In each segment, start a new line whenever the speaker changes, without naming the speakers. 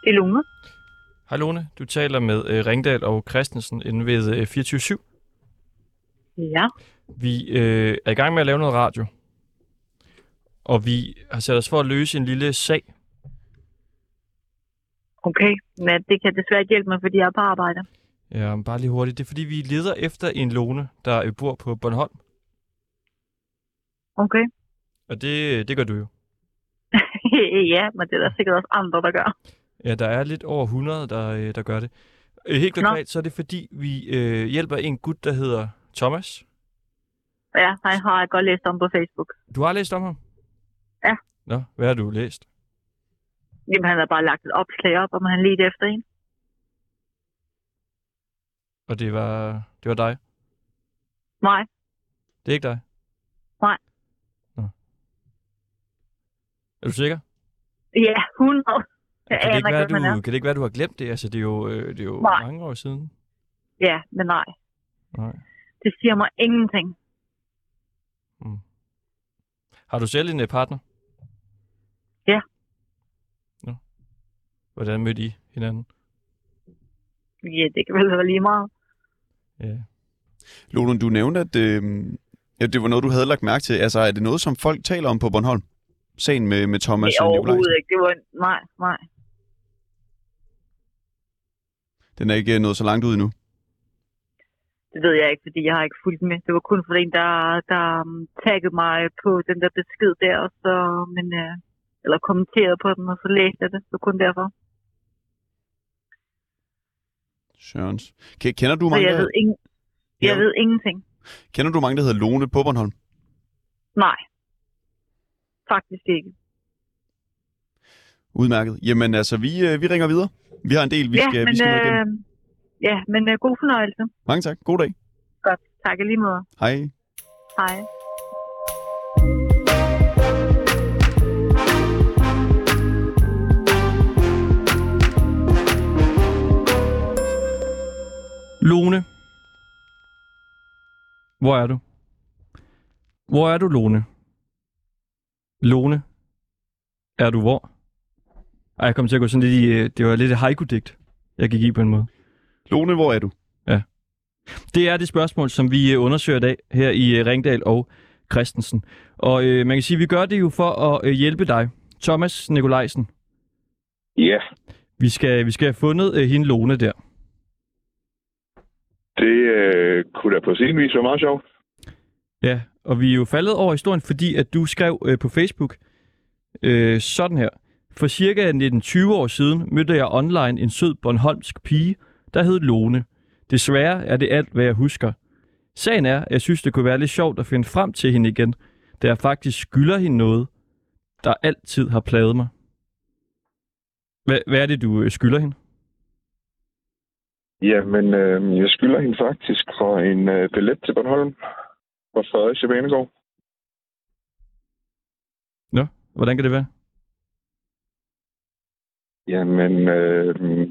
Det er Lone.
Hej Lone, du taler med øh, Ringdal og Christensen inde ved øh, 24
Ja.
Vi øh, er i gang med at lave noget radio, og vi har sat os for at løse en lille sag.
Okay, men det kan desværre ikke hjælpe mig, fordi jeg er på arbejde.
Ja, men bare lige hurtigt. Det er fordi, vi leder efter en Lone, der øh, bor på Bornholm,
Okay.
og det, det gør du jo.
ja, men det er der sikkert også andre, der gør.
Ja, der er lidt over 100, der, øh, der gør det. Øh, Helt
Nå.
konkret, så er det fordi, vi øh, hjælper en gut, der hedder Thomas.
Ja, han har jeg godt læst om på Facebook.
Du har læst om ham?
Ja.
Nå, hvad har du læst?
Jamen, han har bare lagt et opslag op, om han lige efter en.
Og det var, det var dig?
Nej,
Det er ikke dig?
Nej.
Nå. Er du sikker?
ja, 100. Jeg
kan, det ikke
aner
være,
ikke, hvem han
du, kan det ikke være, du har glemt det? Altså, det er jo, øh, det er jo
Nej.
mange år siden.
Ja, men nej.
Nej.
Det siger mig ingenting.
Har du selv en øh, partner?
Ja.
Nå. Hvordan mødte I hinanden?
Ja, det kan vel være lige meget.
Ja.
Lone, du nævnte, at øh, ja, det var noget, du havde lagt mærke til. Altså, er det noget, som folk taler om på Bornholm? Sagen med, med Thomas
det er
øh, Nikolajsen.
overhovedet ikke. Det var, nej, nej.
Den er ikke øh, nået så langt ud endnu.
Det ved jeg ikke, fordi jeg har ikke fulgt med. Det var kun for en, der, der um, taggede mig på den der besked der, og så, men, øh, eller kommenterede på den, og så læste jeg det. Det var kun derfor.
Sørens. Ke- Kender du,
Så
mange,
jeg
der,
ved, ingen, jeg
Ja.
ved ingenting.
kender du mange, der hedder Lone på Bornholm?
Nej. Faktisk ikke.
Udmærket. Jamen altså, vi, øh, vi ringer videre. Vi har en del, vi skal,
men,
vi skal nå igennem.
øh, ja, men øh, god fornøjelse.
Mange tak. God dag.
Godt. Tak i lige måde.
Hej.
Hej.
Lone. Hvor er du? Hvor er du, Lone? Lone. Er du hvor? Ej, jeg kom til at gå sådan lidt i... øh, Det var lidt et haiku-digt, jeg gik i på en måde.
Lone, hvor er du?
Det er det spørgsmål, som vi øh, undersøger i dag her i øh, Ringdal og Christensen. Og øh, man kan sige, at vi gør det jo for at øh, hjælpe dig, Thomas Nikolajsen.
Ja,
Vi skal, vi skal have fundet øh, hende Lone der.
det øh, kunne da på sin vis være meget sjovt.
Ja, og vi er jo faldet over historien, fordi at du skrev øh, på Facebook øh, sådan her. For cirka 19-20 år siden mødte jeg online en sød Bornholmsk pige, der hed Lone. Desværre er det alt, hvad jeg husker. Sagen er, at jeg synes, det kunne være lidt sjovt at finde frem til hende igen, da jeg faktisk skylder hende noget, der altid har plaget mig. Hvad, hvad er det, du øh, skylder hende?
Jamen, øh, jeg skylder hende faktisk for en øh, billet til Bornholm fra Fredericia Banegård.
Hvordan kan det være?
Jamen, øh,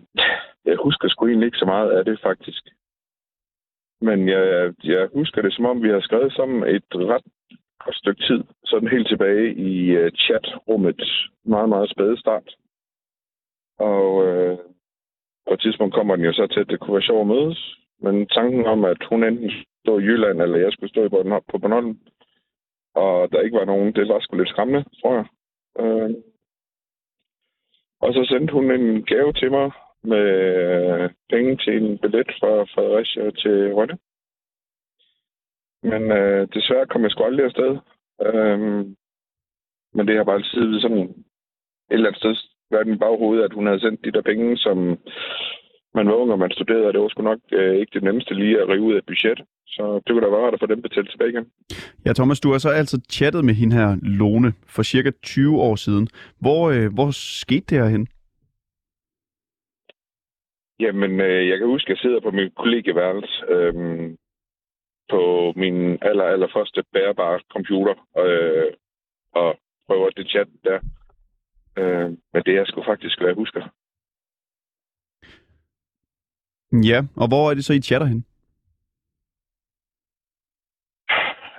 jeg husker sgu egentlig ikke så meget af det faktisk. Men jeg, jeg husker det, som om vi har skrevet sammen et ret godt stykke tid. Sådan helt tilbage i øh, chatrummet. Meget, meget spæde start. Og øh, på et tidspunkt kommer den jo så til, at det kunne være sjovt at mødes. Men tanken om, at hun enten skulle stå i Jylland, eller jeg skulle stå i Bornholm, på Bornholm, og der ikke var nogen, det var sgu lidt skræmmende, tror jeg. Øh, og så sendte hun en gave til mig med øh, penge til en billet fra Fredericia til Rønne. Men øh, desværre kom jeg sgu aldrig afsted. Øhm, men det har bare altid sådan et eller andet sted været i mit baghoved, at hun havde sendt de der penge, som man var ung, og man studerede, og det var sgu nok øh, ikke det nemmeste lige at rive ud af et budget. Så det kunne da være rart at få dem betalt tilbage igen.
Ja, Thomas, du har så altså chattet med hende her, Lone, for cirka 20 år siden. Hvor, øh, hvor skete det herhen?
Jamen, øh, jeg kan huske, at jeg sidder på min kollegieværelse øhm, på min aller, aller første bærbare computer øh, og prøver det chat der. Øh, men det er sgu faktisk, hvad jeg husker.
Ja, og hvor er det så, I chatter hen?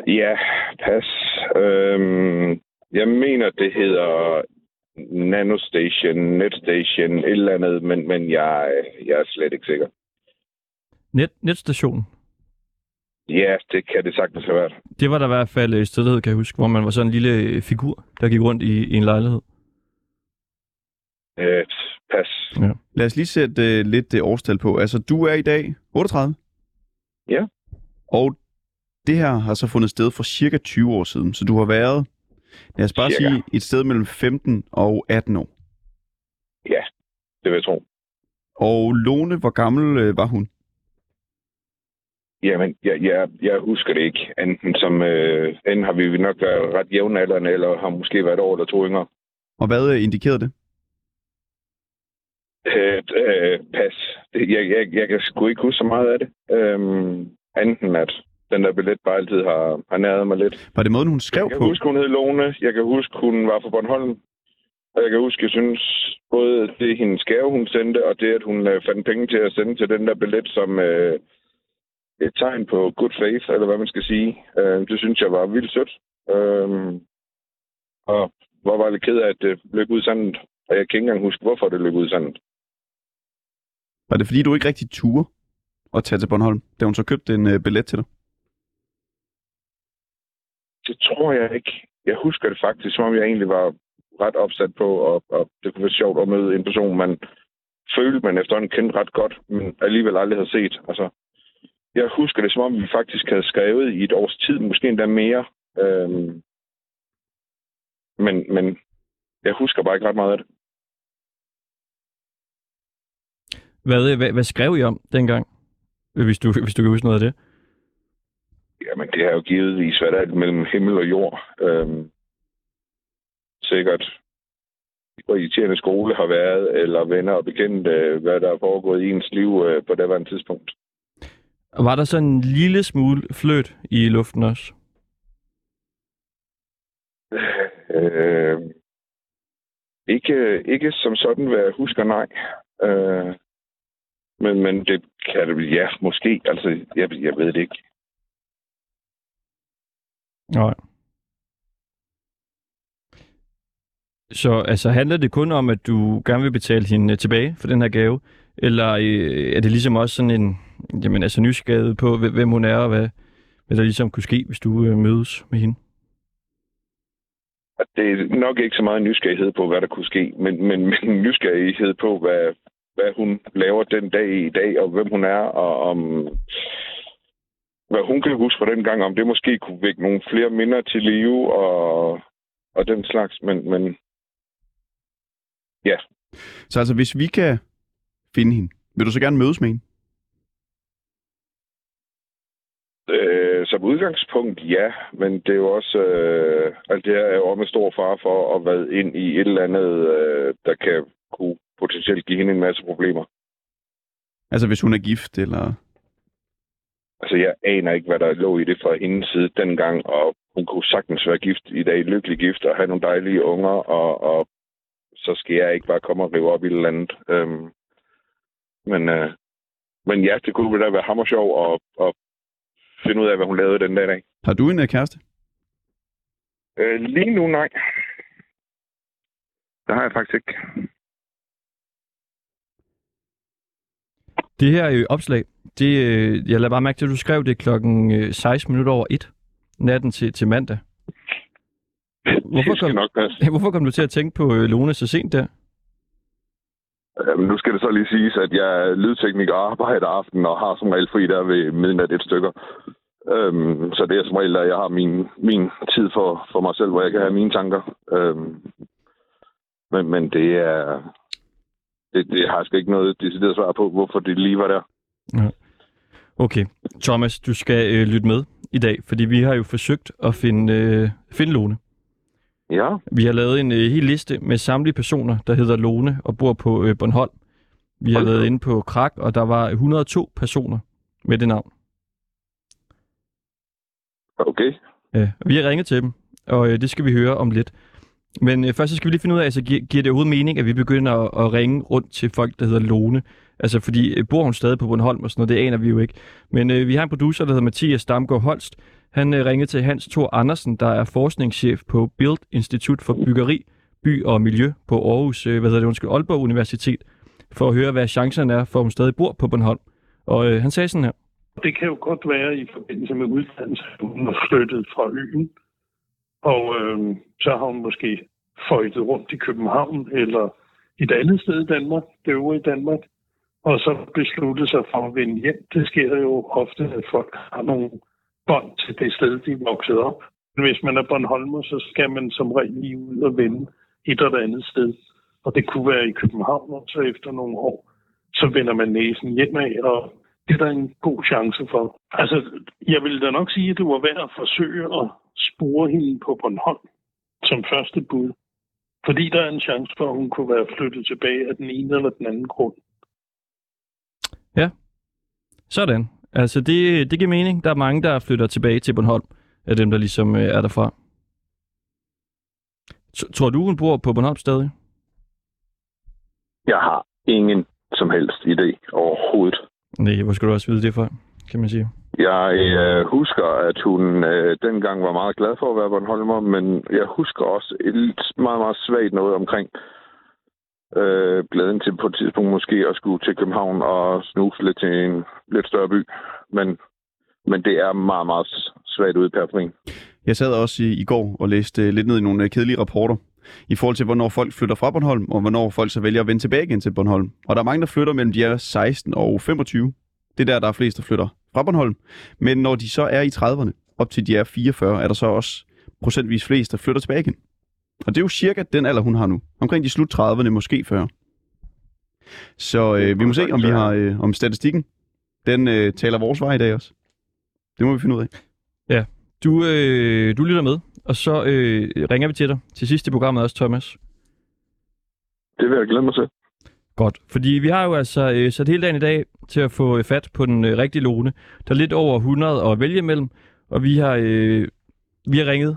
Ja, pas. Øhm, jeg mener, det hedder nanostation, netstation, et eller andet, men, men jeg, jeg er slet ikke sikker.
Net, netstationen.
Ja, det kan det sagtens have været.
Det var der i hvert fald et sted, der hed, kan jeg huske, hvor man var sådan en lille øh, figur, der gik rundt i, i en lejlighed.
Øh, pas.
Lad os lige sætte øh, lidt det årstal på. Altså, du er i dag 38.
Ja.
Og det her har så fundet sted for cirka 20 år siden, så du har været, lad os bare
Cirka.
sige, et sted mellem 15 og 18 år.
Ja, det vil jeg tro.
Og Lone, hvor gammel øh, var hun?
Jamen, jeg, jeg, jeg husker det ikke. Enten, som, øh, enten har vi nok været ret jævnaldrende, eller har måske været et år eller to yngre.
Og hvad øh, indikerede det?
Øh, øh, pas. Det, jeg, jeg, jeg kan sgu ikke huske så meget af det. Øhm, enten at den der billet bare altid har, har næret mig lidt.
Var det måden, hun skrev
Jeg kan
på?
huske, hun hed Lone. Jeg kan huske, hun var fra Bornholm. Og jeg kan huske, jeg synes, både det hendes gave, hun sendte, og det, at hun øh, fandt penge til at sende til den der billet som øh, et tegn på good faith, eller hvad man skal sige. Øh, det synes jeg var vildt sødt. Øh, og hvor var jeg lidt ked af, at det løb ud sandet. Og jeg kan ikke engang huske, hvorfor det løb ud sandet.
Var det fordi, du ikke rigtig turde at tage til Bornholm, da hun så købte en øh, billet til dig?
Det tror jeg ikke. Jeg husker det faktisk, som om jeg egentlig var ret opsat på, og, og det kunne være sjovt at møde en person, man følte, man efterhånden kendte ret godt, men alligevel aldrig havde set. Altså, jeg husker det, som om vi faktisk havde skrevet i et års tid, måske endda mere. Øhm, men, men jeg husker bare ikke ret meget af det.
Hvad, øh, hvad, hvad skrev I om dengang? Øh, Hvis du, hvis du kan huske noget af det.
Jamen, det har jo givetvis været alt mellem himmel og jord. Øhm, sikkert, hvor irriterende skole har været, eller venner og bekendte, hvad der er foregået i ens liv øh, på det var en tidspunkt.
Og var der sådan en lille smule fløt i luften også?
Øh, ikke, ikke som sådan, hvad jeg husker, nej. Øh, men, men det kan det, ja, måske. Altså, jeg, jeg ved det ikke.
Nej. Så altså, handler det kun om, at du gerne vil betale hende øh, tilbage for den her gave? Eller øh, er det ligesom også sådan en jamen, altså, nysgerrighed på, hv- hvem hun er, og hvad, hvad der ligesom kunne ske, hvis du øh, mødes med hende?
Og det er nok ikke så meget nysgerrighed på, hvad der kunne ske, men, men, men nysgerrighed på, hvad, hvad hun laver den dag i dag, og hvem hun er, og om hvad hun kan huske fra den gang, om det måske kunne vække nogle flere minder til live, og, og den slags, men, men
Så altså, hvis vi kan finde hende, vil du så gerne mødes med hende?
øh, som udgangspunkt ja, men det er jo også, øh, alt det her er jo også med stor fare for at være ind i et eller andet, øh, der kan kunne potentielt give hende en masse problemer.
Altså, hvis hun er gift, eller...
Altså, jeg aner ikke, hvad der lå i det fra hendes side dengang, og hun kunne sagtens være gift i dag, lykkelig gift, og have nogle dejlige unger, og, og så skal jeg ikke bare komme og rive op i et eller andet. Øhm, men, øh, men ja, det kunne da være hammer sjov at, at finde ud af, hvad hun lavede den dag. i dag.
Har du en øh, kæreste?
Øh, lige nu, nej. Det har jeg faktisk ikke.
Det her øh, opslag, det, øh, jeg lader bare mærke til, at du skrev det klokken øh, 16 minutter over 1 natten til, til mandag. Hvorfor
det skal
kom-
nok passe.
Hvorfor kom du til at tænke på øh, Lone så sent der?
Jamen, Øhm, nu skal det så lige siges, at jeg er lydtekniker og arbejder aften og har som regel fri der ved midnat et stykker. Øhm, så det er som regel, at jeg har min, min tid for, for mig selv, hvor jeg kan have mine tanker. Øhm, men, men det er... Det, det har jeg sgu ikke noget decideret svar på, hvorfor det lige var der.
Okay, Thomas, du skal øh, lytte med i dag, fordi vi har jo forsøgt at finde, øh, finde Lone.
Ja,
Vi har lavet en øh, hel liste med samtlige personer, der hedder Lone og bor på øh, Bornholm. Vi har
Hold da
været
op.
inde på Krak, og der var 102 personer med det navn.
okay.
Ja, og vi har ringet til dem, og øh, det skal vi høre om lidt. Men øh, først så skal vi lige finde ud af, altså, gi- giver det overhovedet mening, at vi begynder at, at ringe rundt til folk, der hedder Lone? Altså, fordi øh, bor hun stadig på Bornholm og sådan noget, det aner vi jo ikke. Men øh, vi har en producer, der hedder Mathias Damgaard Holst. Han øh, ringede til Hans Thor Andersen, der er forskningschef på Build Institut for Byggeri by og miljø på Aarhus, øh, hvad hedder det, undskyld, Aalborg Universitet, for at høre, hvad chancerne er for, at hun stadig bor på Bornholm. Og øh, han sagde sådan her.
Det kan jo godt være i forbindelse med uddannelse, at hun er flyttet fra øen, og øh, så har hun måske føjtet rundt i København eller et andet sted i Danmark, det øvrige Danmark, og så besluttet sig for at vende hjem. Det sker jo ofte, at folk har nogle bånd til det sted, de er vokset op. Hvis man er Bornholmer, så skal man som regel lige ud og vende et eller andet sted. Og det kunne være i København, og så efter nogle år, så vender man næsen hjemad, og det er der en god chance for. Altså, jeg ville da nok sige, at det var værd at forsøge at spore hende på Bornholm som første bud. Fordi der er en chance for, at hun kunne være flyttet tilbage af den ene eller den anden grund.
Sådan. Altså, det, det giver mening. Der er mange, der flytter tilbage til Bornholm, af dem, der ligesom øh, er derfra. T- tror du, hun bor på Bornholm stadig?
Jeg har ingen som helst idé overhovedet.
Nej, hvor skulle du også vide det fra, kan man sige.
Jeg øh, husker, at hun øh, dengang var meget glad for at være Bornholmer, men jeg husker også et lidt- meget, meget svagt noget omkring øh, glæden til på et tidspunkt måske at skulle til København og snuse lidt til en lidt større by. Men, men det er meget, meget svagt ude per frin.
Jeg sad også i, i går og læste øh, lidt ned i nogle øh, kedelige rapporter i forhold til, hvornår folk flytter fra Bornholm, og hvornår folk så vælger at vende tilbage igen til Bornholm. Og der er mange, der flytter mellem de er 16 og 25. Det er der, der er flest, der flytter fra Bornholm. Men når de så er i 30'erne, op til de er 44, er der så også procentvis flest, der flytter tilbage igen. Og det er jo cirka den alder, hun har nu. Omkring de slut 30'erne, måske 40. Så øh, vi må se, om vi har øh, om statistikken. Den øh, taler vores vej i dag også. Det må vi finde ud af.
Du, øh, du lytter med, og så øh, ringer vi til dig til sidst i programmet også, Thomas.
Det vil jeg glæde mig til.
Godt. Fordi vi har jo altså øh, sat hele dagen i dag til at få øh, fat på den øh, rigtige Lone. Der er lidt over 100 at vælge imellem, og vi har, øh, vi har ringet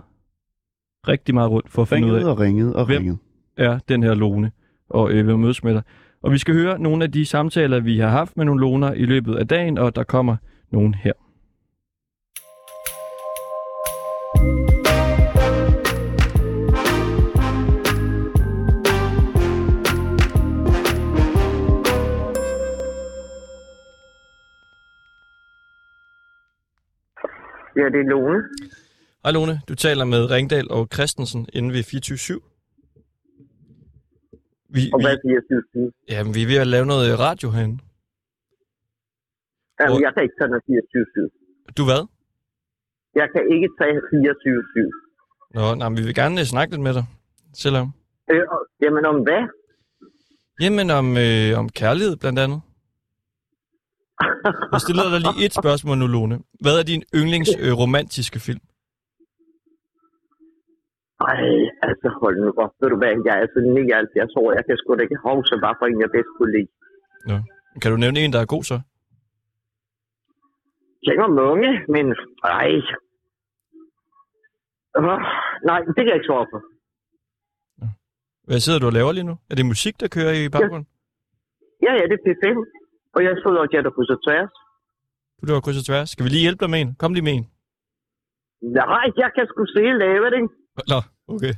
rigtig meget rundt for at finde ud af,
Ringet og ringet og
Hvem?
ringet.
er den her Lone, og øh, vil mødes med dig. Og vi skal høre nogle af de samtaler, vi har haft med nogle Loner i løbet af dagen, og der kommer nogen her.
Ja, det er Lone.
Hej Lone, du taler med Ringdal og Christensen inde ved 24 vi,
Og
vi,
hvad siger du?
jamen, vi er ved at lave noget radio herinde.
Jamen,
Og-
jeg kan ikke tage noget 24
Du hvad?
Jeg kan ikke tage 24
Nå, nej, men vi vil gerne øh, snakke lidt med dig. Selvom.
øh, og- Jamen, om hvad?
Jamen om, øh, om kærlighed blandt andet. Jeg stiller dig lige et spørgsmål nu, Lone. Hvad er din yndlings øh, romantiske film?
Ej, altså hold nu op. Ved du hvad, jeg er altså 79 år. Jeg kan sgu da ikke huske, hvad for en jeg bedst kunne lide.
Kan du nævne en, der er god så?
Jeg var mange, men ej. Øh, nej, det kan jeg ikke svare på.
Hvad sidder du og laver lige nu? Er det musik, der kører i baggrunden?
Ja, ja, det er P5. Og jeg sidder og jatter på så tværs.
Du laver kryds og tværs. Skal vi lige hjælpe dig med en? Kom lige med en.
Nej, jeg kan sgu se lave det.
Nå, okay.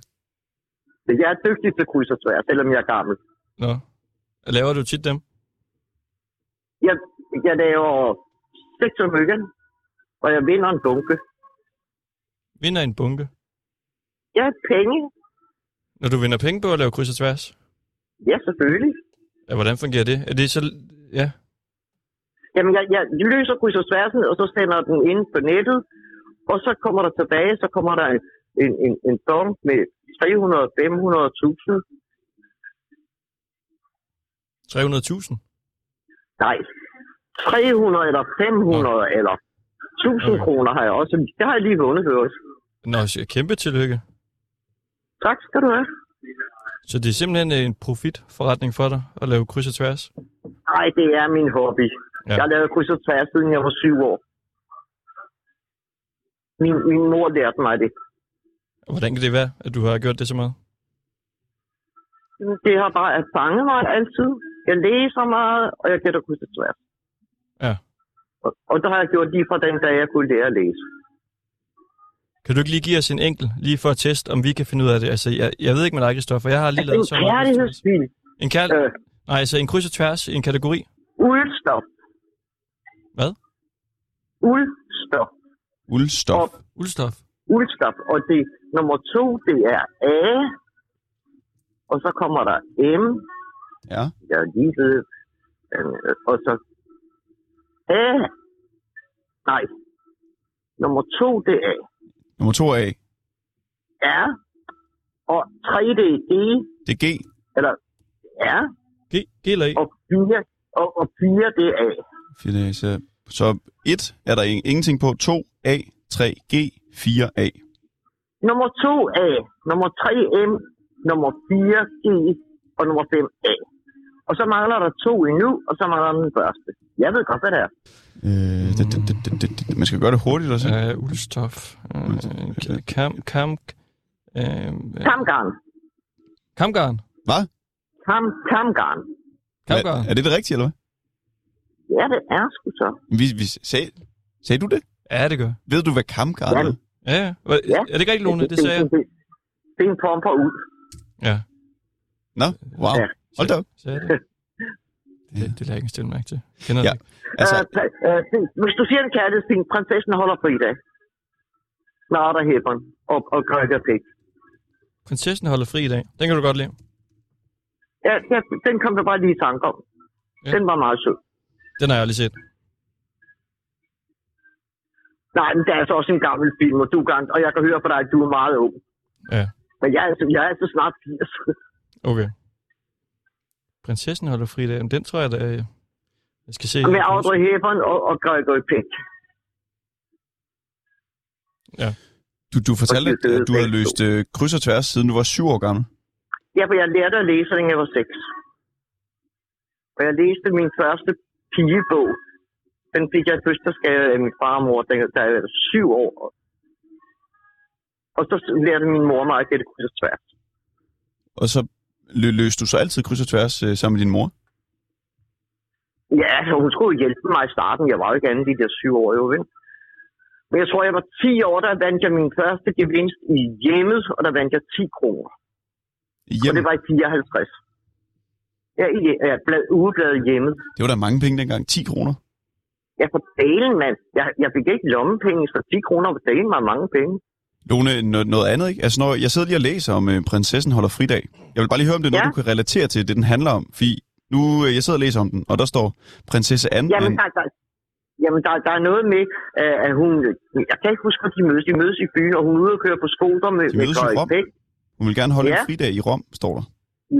Jeg er dygtig til kryds og tværs, selvom jeg er gammel.
Nå. Laver du tit dem?
Jeg, jeg laver seks om ugen, og jeg vinder en bunke.
Vinder en bunke?
Jeg har penge.
Når du vinder penge på at lave kryds og tværs?
Ja, selvfølgelig.
Ja, hvordan fungerer det? Er det så... Ja.
Jamen, jeg, jeg løser kryds og tværsen, og så sender den ind på nettet, og så kommer der tilbage, så kommer der en, en, en, en dom med 300-500.000.
300.000?
Nej, 300 eller 500 Nå. eller 1000
Okay.
kroner har jeg også. Det har jeg lige vundet for os.
Nå, så kæmpe tillykke.
Tak skal du have.
Så det er simpelthen øh, en profitforretning for dig at lave kryds og tværs?
Nej, det er min hobby.
Ja.
Ja. Jeg har lavet kryds og tværs, siden jeg var syv år. Min, min mor lærte mig det.
Og Hvordan kan det være, at du har gjort det så meget?
Det har bare fanget mig altid. Jeg læser meget, og jeg gætter kryds og tværs.
Ja.
Og, og det har jeg gjort lige fra den dag, jeg kunne lære at læse.
Kan du ikke lige give os en enkelt, lige for at teste, om vi kan finde ud af det? Altså, jeg, jeg ved ikke med dig, Kristoffer. Jeg har lige
Altså,
lavet
en
så meget.
kærlighedsbil.
En kærl...
Øh,
Nej, altså en kryds og tværs i en kategori.
uldstof.
Hvad?
Uldstof.
Uldstof.
Uldstof.
Uldstof. Og det nummer to, det er A. Og så kommer der M.
Ja.
Jeg er lige ved. øh, Og så A. Nej. Nummer to, det er
Nummer to A.
R. Og 3D, D.
Det er G.
Eller R.
G, G eller E?
Og 4, og, og 4 det er A.
Fire, øh, så, så 1 er der ing- ingenting på. 2 A, 3 G, 4 A.
Nummer 2 A, nummer 3 M, nummer 4 G og nummer 5 A. Og så mangler der to endnu, og så mangler der den første. Jeg ved godt, hvad det er.
Øh, det, det, det, det, det, det, man skal gøre det hurtigt og sådan.
Øh, Uldstof. Øh,
Uldstof, ja.
kam, kam, øh, øh,
Kamgarn.
kamgarn.
Kam, kamgarn.
Kamgarn.
Er, er det det rigtige, eller hvad?
Ja, det er sgu så.
Vi, vi, sag, sagde du det?
Ja, det gør.
Ved du, hvad kamgarn
Ja.
er?
Ja, ja. Hva-
Ja.
Er det ikke rigtigt, Lone? Det sagde jeg.
det, det er en form for ud.
Ja.
Nå, wow.
Ja.
Hold da op.
Sagde jeg det? Det, det lader jeg ikke stille mærke til. Kender
Ja.
ja. det ikke.
Altså,
Altså, øh, øh, se, hvis du siger en kærlighedsting, prinsessen holder fri i dag. Clara der Hebron og, og Gregor Pig.
Prinsessen holder fri i dag. Den kan du godt lide.
Ja, ja, den kom der bare lige i tanke om.
Ja.
Den var meget sød.
Den har jeg aldrig set.
Nej, men det er altså også en gammel film, og, du er gang, og jeg kan høre på dig, at du er meget ung.
Ja.
Men jeg er altså, jeg er altså snart 80.
Okay. Prinsessen holder fri i dag. Jamen, Den tror jeg, da... øh, Jeg skal se.
med Audrey Hepburn og, og Gregory Peck.
du, du fortalte,
Og de er
at du havde
begge
løst øh, kryds og tværs, siden du var 7 år gammel.
Ja, for jeg lærte at læse, da jeg var 6. Og jeg læste min første pigebog. Den fik jeg i fødselsdagsgave af min farmor, da jeg da jeg var syv år. Og så lærte min mor mig at gætte kryds og tværs.
Og så lø, løste du så altid kryds og tværs øh, sammen med din mor.
Ja, altså, hun skulle jo hjælpe mig i starten. Jeg var jo ikke andet de der syv år, jo, vel? Men jeg tror, jeg var 10 år, der vandt jeg min første gevinst i hjemmet, og der vandt jeg 10 kroner. Og
Hjemme.
det var i 54. Ja, i, ja blad, ugebladet hjemmet.
Det var da mange penge dengang. 10 kroner.
Jeg for dalen, mand. Jeg, jeg fik ikke lommepenge, så 10 kroner på dalen var mange penge.
Lone, no, noget andet, ikke? Altså, når jeg sidder lige og læser om øh, Prinsessen holder fridag. Jeg vil bare lige høre, om det er noget,
Ja.
du kan relatere til, det den handler om. Fordi nu, øh, jeg sidder og læser om den, og der står Prinsesse Anne.
Jamen,
en-
der, der, jamen der, der er noget med, øh, at hun... Jeg kan ikke huske, at de mødes. De mødes i byen, og hun er ude og køre på skoter med,
De
med
mødes i
Greve
Rom.
Pæk.
Hun vil gerne holde
Ja.
en fridag i Rom, står der.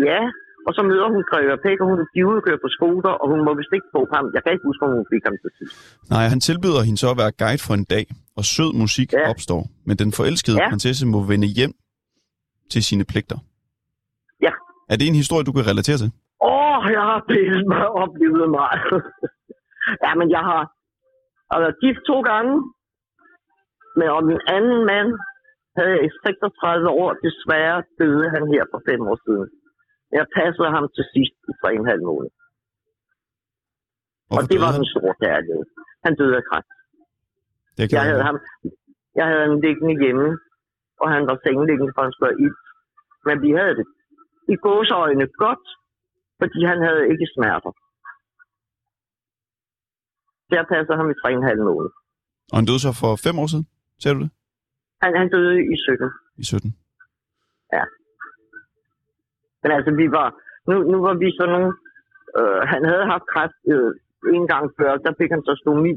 Ja, og så møder hun Greve Pæk, og hun de er ude og køre på skoter, og hun må vist ikke få ham. Jeg kan ikke huske, om hun fik ham til sidst.
Nej, han tilbyder hende så at være guide for en dag, og sød musik ja.
Ja.
opstår. Men den forelskede ja.
Ja.
prinsesse må vende hjem til sine pligter.
Ja.
Er det en historie, du kan relatere til?
Åh, jeg har pillet mig og oplevet mig. ja, men jeg har, jeg har været gift to gange. Men om min anden mand havde jeg i 36 år. Desværre døde han her for fem år siden. Jeg passede ham til sidst i tre og en halv måned. Og
Hvorfor
det
døde
var
han?
den store kærlighed. Han døde af kræft.
Det kan
Jeg havde, ham, jeg havde ham liggende hjemme, og han var sengeliggende for, at han skulle have ild. Men vi havde det i gåseøjne godt, fordi han havde ikke smerter. Så jeg passede ham i 3,5 måned.
Og han døde så for fem år siden, ser du det?
Han, han døde i 17.
I 17.
Men altså, vi var, nu, nu var vi sådan nogle... Øh, han havde haft kræft øh, en gang før, der fik han så stomi.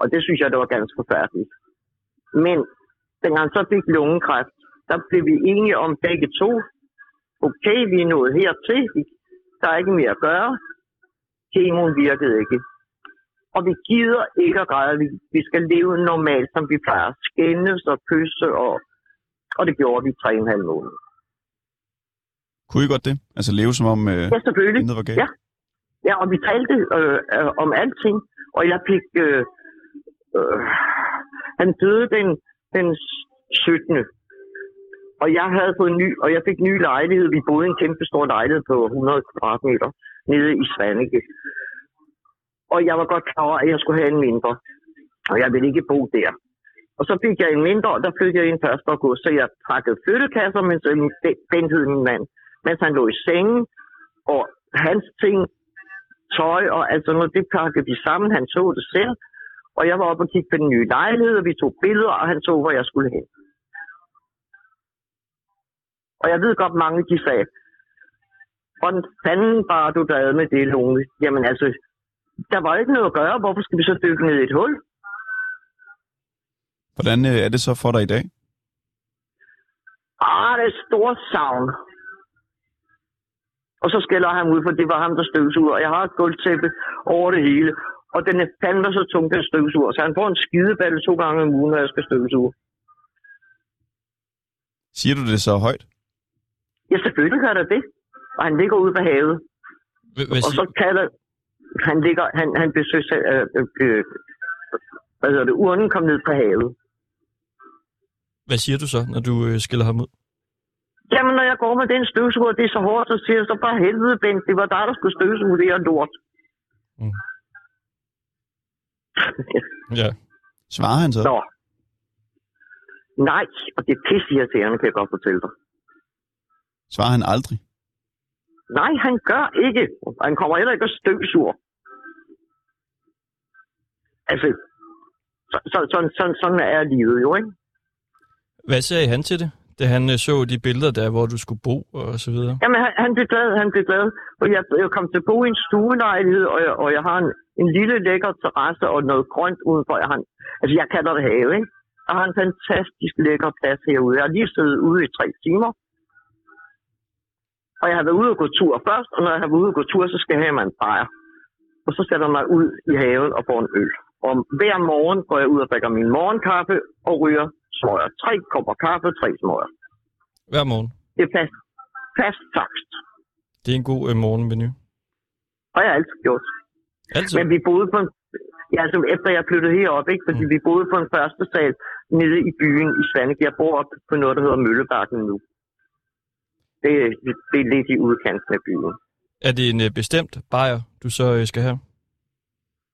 Og det synes jeg, det var ganske forfærdeligt. Men dengang han så fik lungekræft, der blev vi enige om begge to. Okay, vi er nået hertil. Vi- Der er ikke mere at gøre. Kemoen virkede ikke. Og vi gider ikke at græde. Vi, vi skal leve normalt, som vi plejer. Skændes og kysse. Og, og det gjorde vi i tre og en halv måned.
Kunne I godt det? Altså leve som om øh,
Ja, selvfølgelig.
intet var galt?
Ja. Ja, og vi talte øh, øh, om alting, og jeg fik... Øh, øh, han døde den, den 17. Og jeg havde fået en ny, og jeg fik en ny lejlighed. Vi boede i en kæmpe stor lejlighed på 100 kvadratmeter nede i Svanike. Og jeg var godt klar over, at jeg skulle have en mindre. Og jeg ville ikke bo der. Og så fik jeg en mindre, og der flyttede jeg ind 1. august, så jeg pakkede flyttekasser, mens min- den, den hed min mand. Mens han lå i sengen, og hans ting, tøj og alt sådan noget, det pakkede vi sammen. Han så det selv, og jeg var oppe og kiggede på den nye lejlighed, og vi tog billeder, og han så, hvor jeg skulle hen. Og jeg ved godt, mange de sagde, hvordan fanden var du der med det, Lone? Jamen altså, der var ikke noget at gøre. Hvorfor skal vi så dykke ned i et hul?
Hvordan øh, er det så for dig i dag?
Ah, det er stort savn. Og så skælder han ud, for det var ham, der støvsuger. Og jeg har et gulvtæppe over det hele. Og den er fandme så tung, den støvsuger. Så han får en skideballe to gange om ugen, når jeg skal støvsuge.
Siger du det så højt?
Ja, selvfølgelig gør der det. Og han ligger ude på havet.
Hvad, hvad
Og så
siger,
kalder... Han ligger... Han, han besøger... Øh, øh, øh, hvad hedder det? Urnen kom ned på havet.
Hvad siger du så, når du øh, skiller ham ud?
Jamen, når jeg går med den støvsuger, det er så hårdt, så siger jeg så for helvede, Bent, det var dig, der skulle støvsuge det her lort.
Mm.
ja.
Svarer han så?
Nå. Nej, og det er pisseirriterende, kan jeg godt fortælle dig.
Svarer han aldrig?
Nej, han gør ikke. Og Han kommer heller ikke og støvsuger. Altså, så, så, sådan, sådan, sådan er livet jo, ikke?
Hvad sagde han til det, da han øh, så de billeder der, hvor du skulle bo og så videre?
Jamen, han, han blev glad, han blev glad. Og jeg, jeg kom til at bo i en stuelejlighed, og jeg, og jeg har en, en lille lækker terrasse og noget grønt udenfor. Jeg har en, altså, jeg kalder det have, ikke? Jeg har en fantastisk lækker plads herude. Jeg har lige siddet ude i tre timer. Og jeg har været ude og gå tur først, og når jeg har været ude og gå tur, så skal jeg have mig en bajer. Og så sætter jeg mig ud i haven og får en øl. Og hver morgen går jeg ud og drikker min morgenkaffe og ryger smøger. Tre kopper kaffe, tre smøger.
Hver morgen.
Det er fast, fast takst.
Det er en god øh, morgenmenu.
Og jeg har altid gjort.
Altid.
Men vi boede på en... Ja, altså, efter jeg flyttede herop, ikke? Fordi mm. vi boede på en første sal nede i byen i Svanike. Jeg bor op på noget, der hedder Møllebakken nu. Det, det er lidt i udkanten af byen.
Er det en øh, bestemt bajer, du så øh, skal have?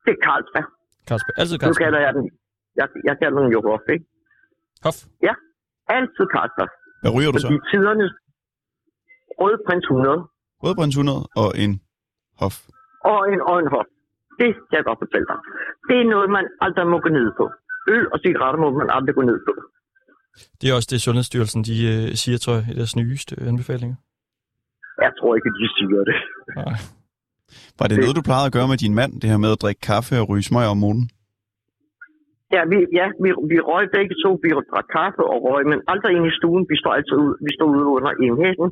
Det er Carlsberg.
Carlsberg. Altid
Nu
Carlsberg.
kalder jeg den... Jeg, jeg kalder den jo Hof, ikke?
Hof.
Altid Carlsberg.
Hvad ryger du så?
Fordi tidernes rød prins 100
Rødbrændt 100 og en hof.
og en, og en Hof. Det kan jeg godt fortælle dig. Det er noget, man aldrig må gå ned på. Øl og cigaretter må man aldrig gå ned på.
Det er også det, Sundhedsstyrelsen de, øh, siger, tror jeg, i deres nyeste øh, anbefalinger.
Jeg tror ikke, de siger det.
Nej.
Var det
Det-
noget, du plejede at gøre med din mand, det her med at drikke kaffe og ryge smøger om morgenen?
Ja, vi, ja, vi, vi røg begge to, vi drak kaffe og røg, men aldrig ind i stuen. Vi står altid ud, vi står ude under enheden.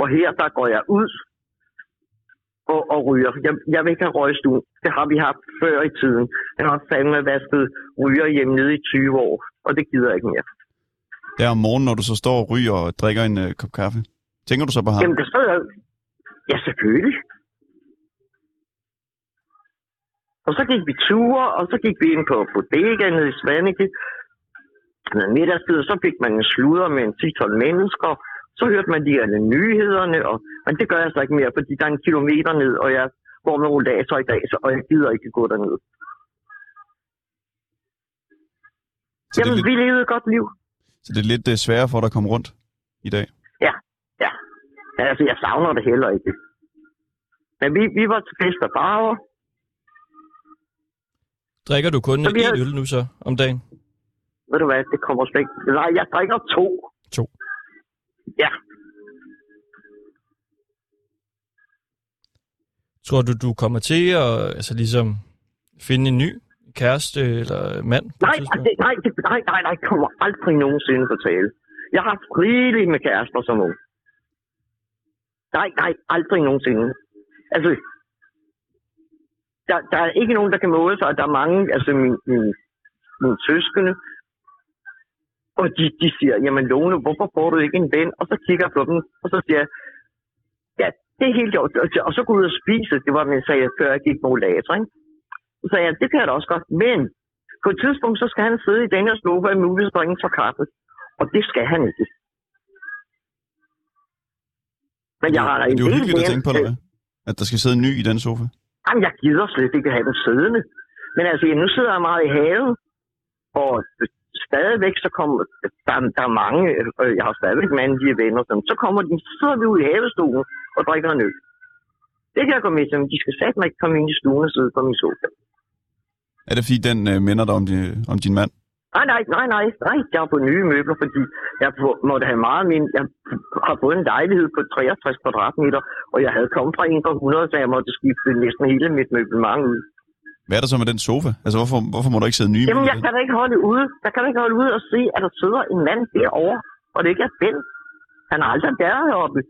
Og her, der går jeg ud og, og ryger. Jeg, jeg vil ikke have røg i stuen. Det har vi haft før i tiden. Jeg har fandme vasket ryger hjemme nede i 20 år, og det gider jeg ikke mere.
Der om morgenen, når du så står og ryger og drikker en øh, kop kaffe. Tænker du så på ham?
Jamen, der stod jeg... Ja, selvfølgelig. Og så gik vi ture, og så gik vi ind på bodega nede i Svanike. Ved middagstid, og så fik man en sludder med en 10-12 mennesker. Så hørte man lige alle nyhederne, og, men det gør jeg så ikke mere, fordi der er en kilometer ned, og jeg går med rollator i dag, så, og jeg gider ikke gå derned.
så, det er
Jamen,
lidt,
vi levede et godt liv.
så det er lidt øh, sværere for dig at komme rundt i dag.
Ja, altså, jeg savner det heller ikke. Men vi, vi var til fest og farver.
Drikker du kun
Så vi
én
har-
øl nu så om dagen?
Ved du hvad, det kommer slet ikke. Nej, jeg drikker to.
To.
Ja,
Tror du, du kommer til at altså, ligesom finde en ny kæreste eller mand? på et
nej,
tidspunkt?
det, nej, det, nej, nej, nej, kommer aldrig nogensinde på tale. Jeg har haft rigeligt med kærester som ung. Nej, nej, aldrig nogensinde. Altså, der, der er ikke nogen, der kan måle sig, og der er mange, altså min, min, mine søskende, og de, de siger, jamen Lone, hvorfor får du ikke en ven? Og så kigger jeg på dem, og så siger jeg, ja, det er helt i orden." Og så går jeg ud og spise, det var, min sag, før jeg gik med laser, ikke? Så sagde jeg, det kan jeg da også godt, men på et tidspunkt, så skal han sidde i den her sofa i muligvis og for kaffe. Og det skal han ikke. Men jeg har
er
en
det
del
uhyggeligt at
ven-
tænke på, eller hvad? At der skal sidde en ny i den sofa?
Jamen, jeg gider slet ikke have dem siddende. Men altså, nu sidder jeg meget i haven, og stadigvæk, så kommer, der, der er mange, øh, jeg har stadigvæk mandlige venner, som, så kommer de, så sidder vi ude i havestolen og drikker en øl. Det kan jeg gå med til, men de skal satme ikke komme ind i stuen og sidde på min sofa.
Er det fordi, den øh, minder dig om din, om din mand?
Nej, nej, nej, nej, nej, jeg har fået nye møbler, fordi jeg få- måtte have meget min... Jeg har fået en lejlighed på 63 kvadratmeter, og jeg havde kommet fra en på 100, så jeg måtte skifte næsten hele mit møblement ud.
Hvad er der så med den sofa? Altså, hvorfor, hvorfor må der ikke sidde nye
Jamen,
mænd i
jeg
den?
kan da ikke holde ude. Jeg kan da ikke holde ude og se, at der sidder en mand derovre, og det ikke er Ben. Han har aldrig været heroppe.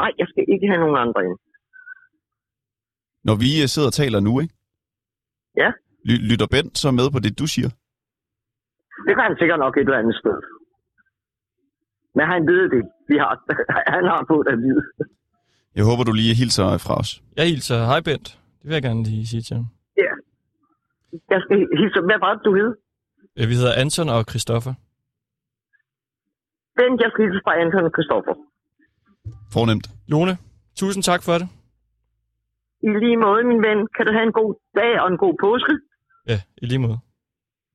Nej, jeg skal ikke have nogen andre ind.
Når vi øh, sidder og taler nu, ikke?
Ja.
Ly- lytter Bent så med på det, du siger?
Det kan han sikkert nok et eller andet sted. Men han ved det. Vi har, han har fået det at vide.
Jeg håber, du lige hilser fra os.
Jeg hilser. Hej Bent. Det vil jeg gerne lige sige til ham.
Jeg skal hilse. Hvad var det, du hed?
Øh, Vi hedder Anton og Christoffer.
Ben, jeg skal hilse fra Anton og Christoffer.
Fornemt.
Lone, tusind tak for det.
I lige måde, min ven. Kan du have en god dag og en god påske?
Ja, i lige måde.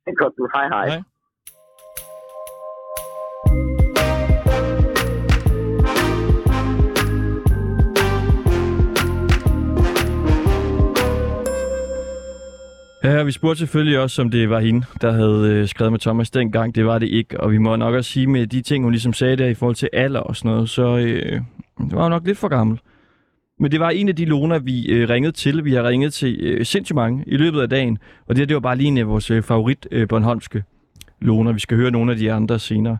Det er godt, du. Hej, hej.
Hej. Ja, og vi spurgte selvfølgelig også, om det var hende, der havde øh, skrevet med Thomas dengang. Det var det ikke, og vi må nok også sige med de ting, hun ligesom sagde der i forhold til alder og sådan noget, så øh, det var jo nok lidt for gammel. Men det var en af de loner, vi øh, ringede til. Vi har ringet til øh, sindssygt mange i løbet af dagen, og det her det var bare lige en af vores øh, favorit øh, Bornholmske loner. Vi skal høre nogle af de andre senere.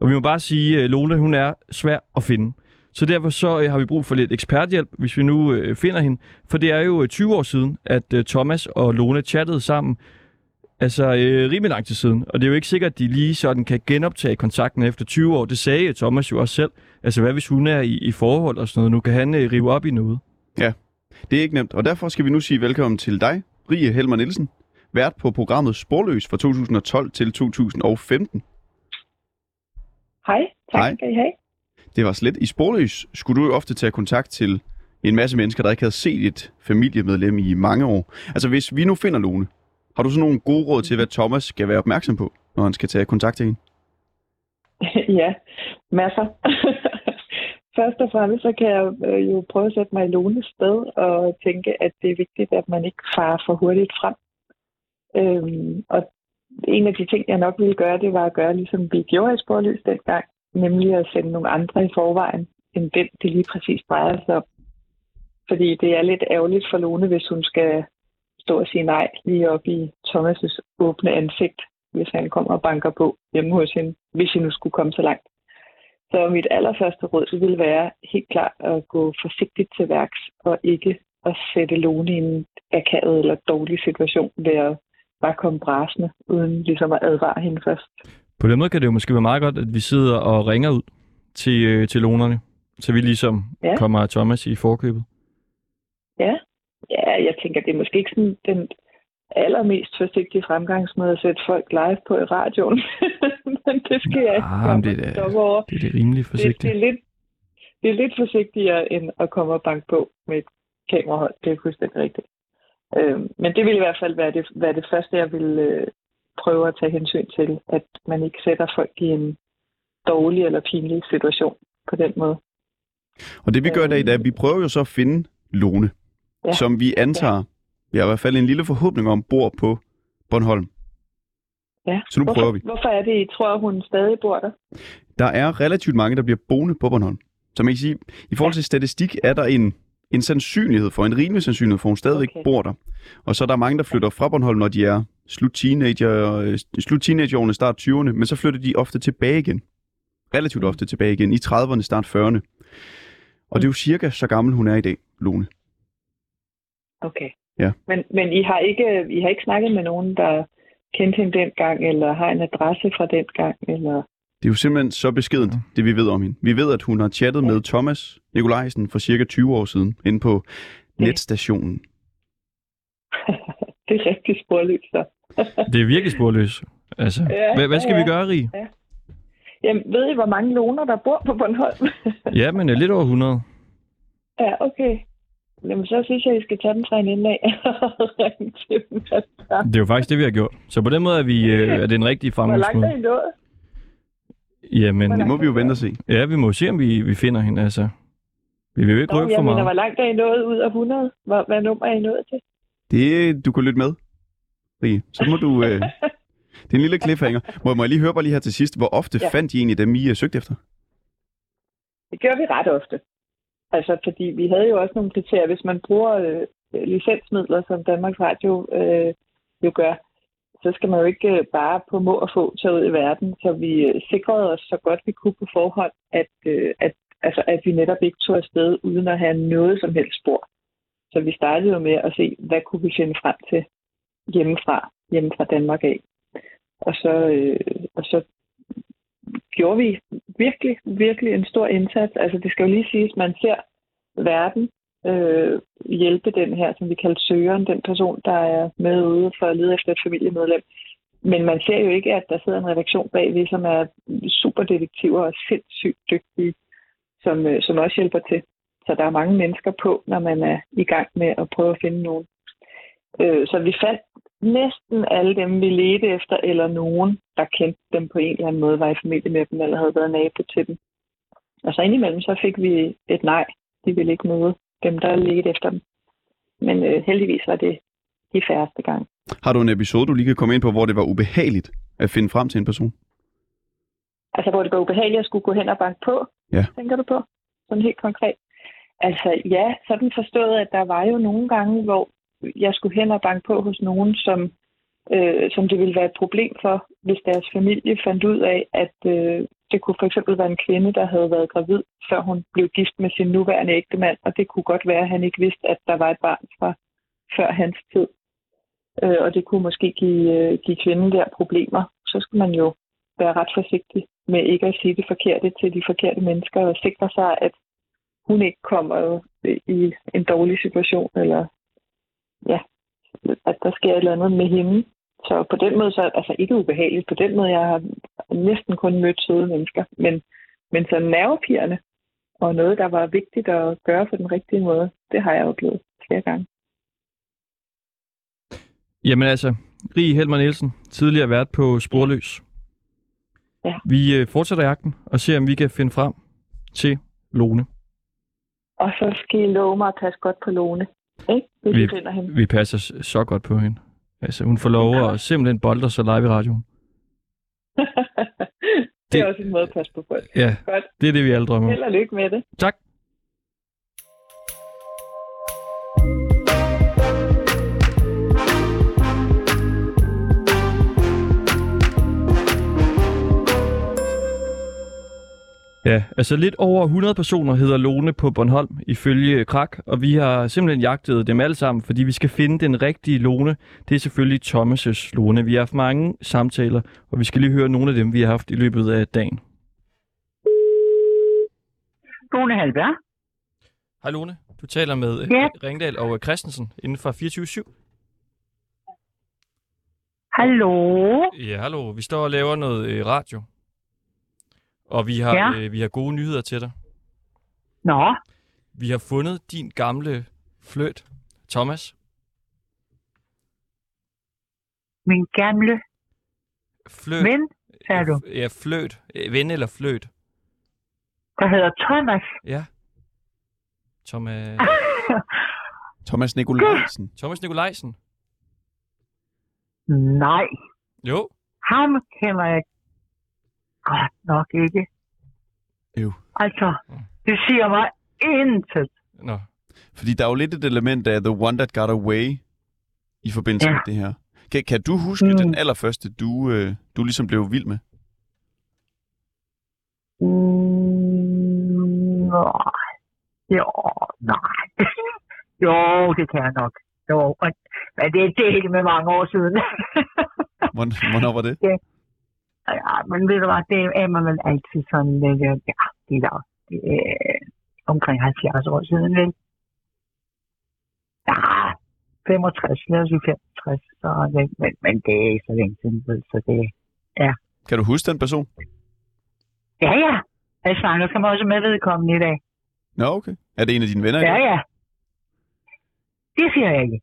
Og vi må bare sige, at Lola hun er svær at finde. Så derfor så øh, har vi brug for lidt eksperthjælp, hvis vi nu øh, finder hende. For det er jo øh, 20 år siden, at øh, Thomas og Lone chattede sammen. Altså øh, rimelig lang tid siden. Og det er jo ikke sikkert, at de lige sådan kan genoptage kontakten efter 20 år. Det sagde øh, Thomas jo også selv. Altså hvad hvis hun er i, i forhold og sådan noget. Nu kan han øh, rive op i noget.
Det er ikke nemt, og derfor skal vi nu sige velkommen til dig, Rie Helmer Nielsen, vært på programmet Sporløs fra 2012 til 2015.
Hej, tak
Hej.
Hej. skal I have.
Det var slet. I Sporløs skulle du jo ofte tage kontakt til en masse mennesker, der ikke havde set et familiemedlem i mange år. Altså hvis vi nu finder Lone, har du så nogle gode råd til, hvad Thomas skal være opmærksom på, når han skal tage kontakt til hende?
ja, masser. Først og fremmest så kan jeg øh, jo prøve at sætte mig i Lones sted og tænke, at det er vigtigt, at man ikke farer for hurtigt frem. Øhm, og en af de ting, jeg nok ville gøre, det var at gøre, ligesom vi gjorde i Sporløs dengang, nemlig at sende nogle andre i forvejen, end den, det lige præcis drejer sig om. Fordi det er lidt ærgerligt for Lone, hvis hun skal stå og sige nej lige op i Thomas' åbne ansigt. hvis han kommer og banker på hjemme hos hende, hvis I nu skulle komme så langt. Så mit allerførste råd det ville være helt klart at gå forsigtigt til værks og ikke at sætte Lone i en akavet eller dårlig situation ved at bare komme brasende, uden ligesom at advare hende først.
På den måde kan det jo måske være meget godt, at vi sidder og ringer ud til, øh, til lonerne. Så vi ligesom ja.
Ja.
kommer Thomas i forkøbet.
Ja, ja jeg tænker, det er måske ikke sådan den allermest forsigtige fremgangsmåde at sætte folk live på i radioen. Men det skal jeg ikke.
Ah,
gøre
men det er
mig
da-
stor over.
Det er det rimelig
det, det,
forsigtigt.
er lidt, det er lidt forsigtigere, end at komme og banke på med et kamerahold. Det er fuldstændig rigtigt. Øhm, men det ville i hvert fald være det, være det første, jeg ville øh, prøve at tage hensyn til, at man ikke sætter folk i en dårlig eller pinlig situation på den måde.
Og det vi gør i dag, det er, at vi prøver jo så at finde Lone, ja.
Ja.
som vi antager, ja. vi har i hvert fald en lille forhåbning om, bor på Bornholm.
Ja.
Så nu
hvorfor,
prøver vi.
Hvorfor er det, I tror, hun stadig bor der?
Der er relativt mange, der bliver boende på Bornholm. Så man kan sige, i forhold til statistik er der en, en sandsynlighed for, en rimelig sandsynlighed for, at hun stadigvæk okay.
Okay.
bor der. Og så er der mange, der flytter fra Bornholm, når de er slut, teenager, øh, slut teenageårene, start 20'erne, men så flytter de ofte tilbage igen. Relativt
Mm.
ofte tilbage igen, i 30'erne, start 40'erne. Og det
Mm.
er jo cirka så gammel, hun er i dag, Lone.
Okay.
Ja.
Men, men I, har ikke, I har ikke snakket med nogen, der kendte hende dengang, eller har en adresse fra dengang, eller...
Det er jo simpelthen så beskedent,
Mm.
det vi ved om hende. Vi ved, at hun har chattet med Thomas Nikolajsen for cirka 20 år siden, inde på
Ja.
netstationen.
Det er rigtig sporløst, så.
Det er virkelig sporløs. Altså, ja,
Ja,
hvad, hvad skal
ja,
vi
ja.
gøre, Rie?
Jamen, ved I, hvor mange loner, der bor på Bornholm?
Ja, men øh, lidt over 100.
ja, okay. Jamen, så synes jeg, I skal tage den fra en ende af og ringe til dem.
Det er jo faktisk det, vi har gjort. Så på den måde er, vi, øh, er det en rigtig
Hvor langt er
fremgangsmåde.
I nået?
Jamen,
hvor
Det må
langt
vi jo
er I
vente og se.
ja, vi må se, om vi, vi finder hende. Altså. Vi vil jo ikke
Nå,
røbe
jeg
for
mener,
meget.
hvor langt er I nået ud af 100? Hvor, hvad nummer er I nået til?
Det, du kan lytte med, Rie. Så må du... Øh, det er en lille cliffhanger. Må, må jeg lige høre bare lige her til sidst, hvor ofte ja.
Ja.
fandt I egentlig dem, I øh, søgte efter?
Det gør vi ret ofte. Altså, fordi vi havde jo også nogle kriterier. Hvis man bruger øh, licensmidler, som Danmarks Radio øh, jo gør, så skal man jo ikke øh, bare på må og få tage ud i verden. Så vi øh, sikrede os så godt vi kunne på forhånd, at, øh, at, altså, at vi netop ikke tog afsted uden at have noget som helst spor. Så vi startede jo med at se, hvad kunne vi finde frem til hjemmefra, hjemme fra Danmark af. Og så, øh, og så gjorde vi virkelig, virkelig en stor indsats. Altså det skal jo lige siges, man ser verden øh, hjælpe den her, som vi kalder søgeren, den person, der er med ude for at lede efter et familiemedlem. Men man ser jo ikke, at der sidder en redaktion bagved, som er superdetektiver og sindssygt dygtige, som, øh, som også hjælper til. Så der er mange mennesker på, når man er i gang med at prøve at finde nogen. Øh, så vi fandt næsten alle dem, vi ledte efter, eller nogen, der kendte dem på en eller anden måde, var i familie med dem, eller havde været nabo til dem. Og så indimellem så fik vi et nej. De ville ikke møde dem, der ledte efter dem. Men øh, heldigvis var det de færreste gange.
Har du en episode, du lige kan komme ind på, hvor det var ubehageligt at finde frem til en person?
Altså, hvor det var ubehageligt at skulle gå hen og banke på,
Ja.
tænker du på? Sådan helt konkret. Altså, ja, sådan forstået, at der var jo nogle gange, hvor jeg skulle hen og banke på hos nogen, som, øh, som det ville være et problem for, hvis deres familie fandt ud af, at øh, det kunne for eksempel være en kvinde, der havde været gravid, før hun blev gift med sin nuværende ægtemand, og det kunne godt være, at han ikke vidste, at der var et barn fra før hans tid. Øh, og det kunne måske give, øh, give kvinden der problemer. Så skulle man jo være ret forsigtig med ikke at sige det forkerte til de forkerte mennesker, og sikre sig, at hun ikke kommer i en dårlig situation, eller ja, at der sker et eller andet med hende. Så på den måde, så er det altså ikke ubehageligt. På den måde, jeg har næsten kun mødt søde mennesker. Men, men så nervepirrende, og noget, der var vigtigt at gøre på den rigtige måde, det har jeg oplevet flere gange.
Jamen altså, Rie Helmer Nielsen, tidligere vært på Sporløs.
Ja.
Vi øh, fortsætter jagten og ser, om vi kan finde frem til Lone.
Og så skal I love mig at passe godt på Lone. Ikke? Hvis
Vi-
I finder hende.
Vi passer s- så godt på hende. Altså, hun får lov at simpelthen bolde sig live i radioen.
det er
Det- Mm.
også en måde at passe på folk.
Ja,
Godt.
det er det, vi alle drømmer om.
Held og lykke med det.
Tak. Ja, altså lidt over 100 personer hedder Lone på Bornholm, ifølge Krak, og vi har simpelthen jagtet dem alle sammen, fordi vi skal finde den rigtige Lone. Det er selvfølgelig Thomas' Lone. Vi har haft mange samtaler, og vi skal lige høre nogle af dem, vi har haft i løbet af dagen.
Lone Halberg.
Hej Lone, du taler med øh,
Ja.
Ringdal og øh, Christensen inden for 24-7.
Hallo.
Ja, hallo. Vi står og laver noget øh, radio, og vi har,
Ja.
øh, vi har gode nyheder til dig.
Nå,
Vi har fundet din gamle fløt, Thomas.
min gamle
Fløt.
ven, sagde du,
Ja, fløt. Øh, Ven eller fløt.
der hedder Thomas.
Ja. Thomas,
Ah!
Thomas Nikolajsen.
Thomas Nikolajsen.
Nej,
Jo.
ham kender jeg godt nok ikke.
Øv.
Altså, det siger mig intet.
Nå.
Fordi der er jo lidt et element af The One That Got Away i forbindelse ja.
Ja.
med det her. Kan, kan du huske mm.
Mm.
den allerførste, du, øh, du ligesom blev vild med?
Mm, nej. Jo, nej. jo, det kan jeg nok. Jo, men, men det er delt med mange år siden.
Hvorn- Hvornår var det?
ja, men ved du hvad, det er man vel altid sådan, øh, ja, det er, der, det er omkring 70 år siden, vel? Ja, 65, lad os sige 65, så, men, men, men det er ikke så længe siden, vel, så det
Kan du huske den person?
Ja, ja, jeg snakker som også med vedkommende i dag.
Nå, okay. Er det en af dine venner? i
Ja,
dag?
ja.
Det siger jeg ikke.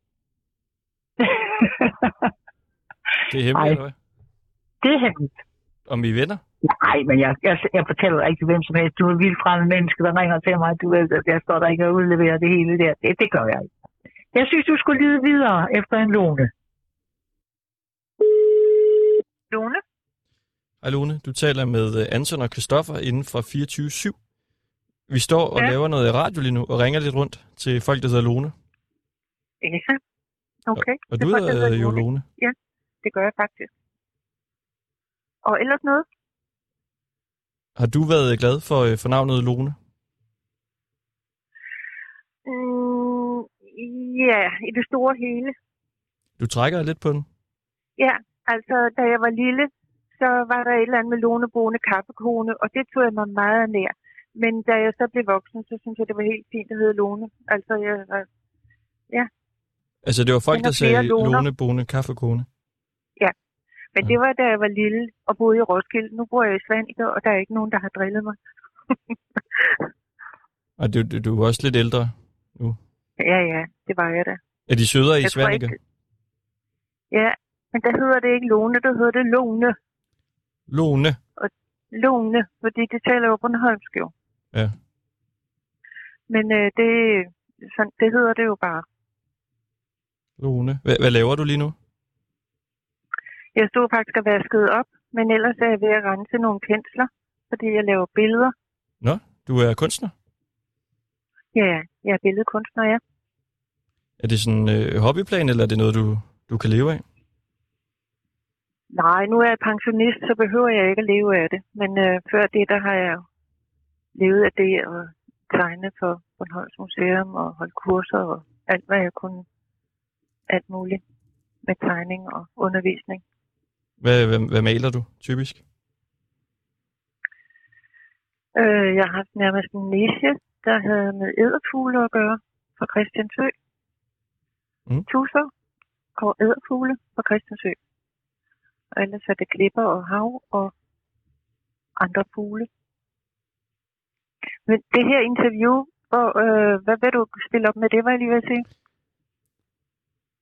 Det er hemmeligt,
Ej.
eller hvad?
det er hemmeligt.
Om I er venner?
Nej, men jeg, jeg, jeg fortæller ikke til hvem som helst. Du er vildt fra en menneske, der ringer til mig. Du ved, at jeg står der ikke og udleverer det hele der. Det, det gør jeg ikke. Jeg synes, du skulle lide videre efter en låne.
Lone?
Hej Lone, du taler med øh, Anton og Christoffer inden for 24-7. Vi står og ja.
Ja.
laver noget radio lige nu og ringer lidt rundt til folk, der hedder Lone.
Ja. Okay.
Og
Det
du
er folk, der
hedder
hedder
øh, jo
Lone.
Lone.
Det gør jeg faktisk. Og ellers noget?
Har du været øh, glad for, øh, for navnet Lone?
Mm, ja, i det store hele.
Du trækker lidt på den.
Ja, altså da jeg var lille, så var der et eller andet med Lone Boende Kaffekone, og det tog jeg mig meget nær. Men da jeg så blev voksen, så synes jeg, det var helt fint at hedde Lone. Altså, jeg,
Altså, det var folk,
Den
der
har flere
sagde
Loner.
Lone, Bone, Kaffekone.
men det var, da jeg var lille og boede i Roskilde. Nu bor jeg i Svanike, og der er ikke nogen, der har drillet mig.
Og du, du, du er også lidt ældre.
Ja, ja, det var jeg da.
Er de sødere i
Jeg tror
Svanike?
Ja, men der hedder det ikke Lone, der hedder det Lone.
Lone.
Lone, fordi det taler jo Bornholmsk jo.
Ja.
Men øh, det, sådan, det hedder det jo bare.
Lone. Hvad, hvad laver du lige nu?
Jeg stod faktisk og vaskede op, men ellers er jeg ved at rense nogle pensler, fordi jeg laver billeder.
Du er kunstner.
Ja, jeg er billedkunstner, ja.
Er det sådan øh, hobbyplan, eller er det noget, du, du kan leve af?
Nej, nu er jeg pensionist, så behøver jeg ikke at leve af det. Men øh, før det, der har jeg jo levet af det og tegnet for Bornholms Museum og holdt kurser og alt, hvad jeg kunne. Alt muligt med tegning og undervisning.
Hvad, hvad, hvad maler du typisk?
Øh, jeg har haft nærmest en niche, der havde med æderfugle at gøre fra Christiansø.
Mm.
Mm. Tusser og æderfugle fra Christiansø. Og ellers er det klipper og hav og andre fugle. Men det her interview, hvor, øh, hvad vil du stille op med det, var jeg lige ved at sige?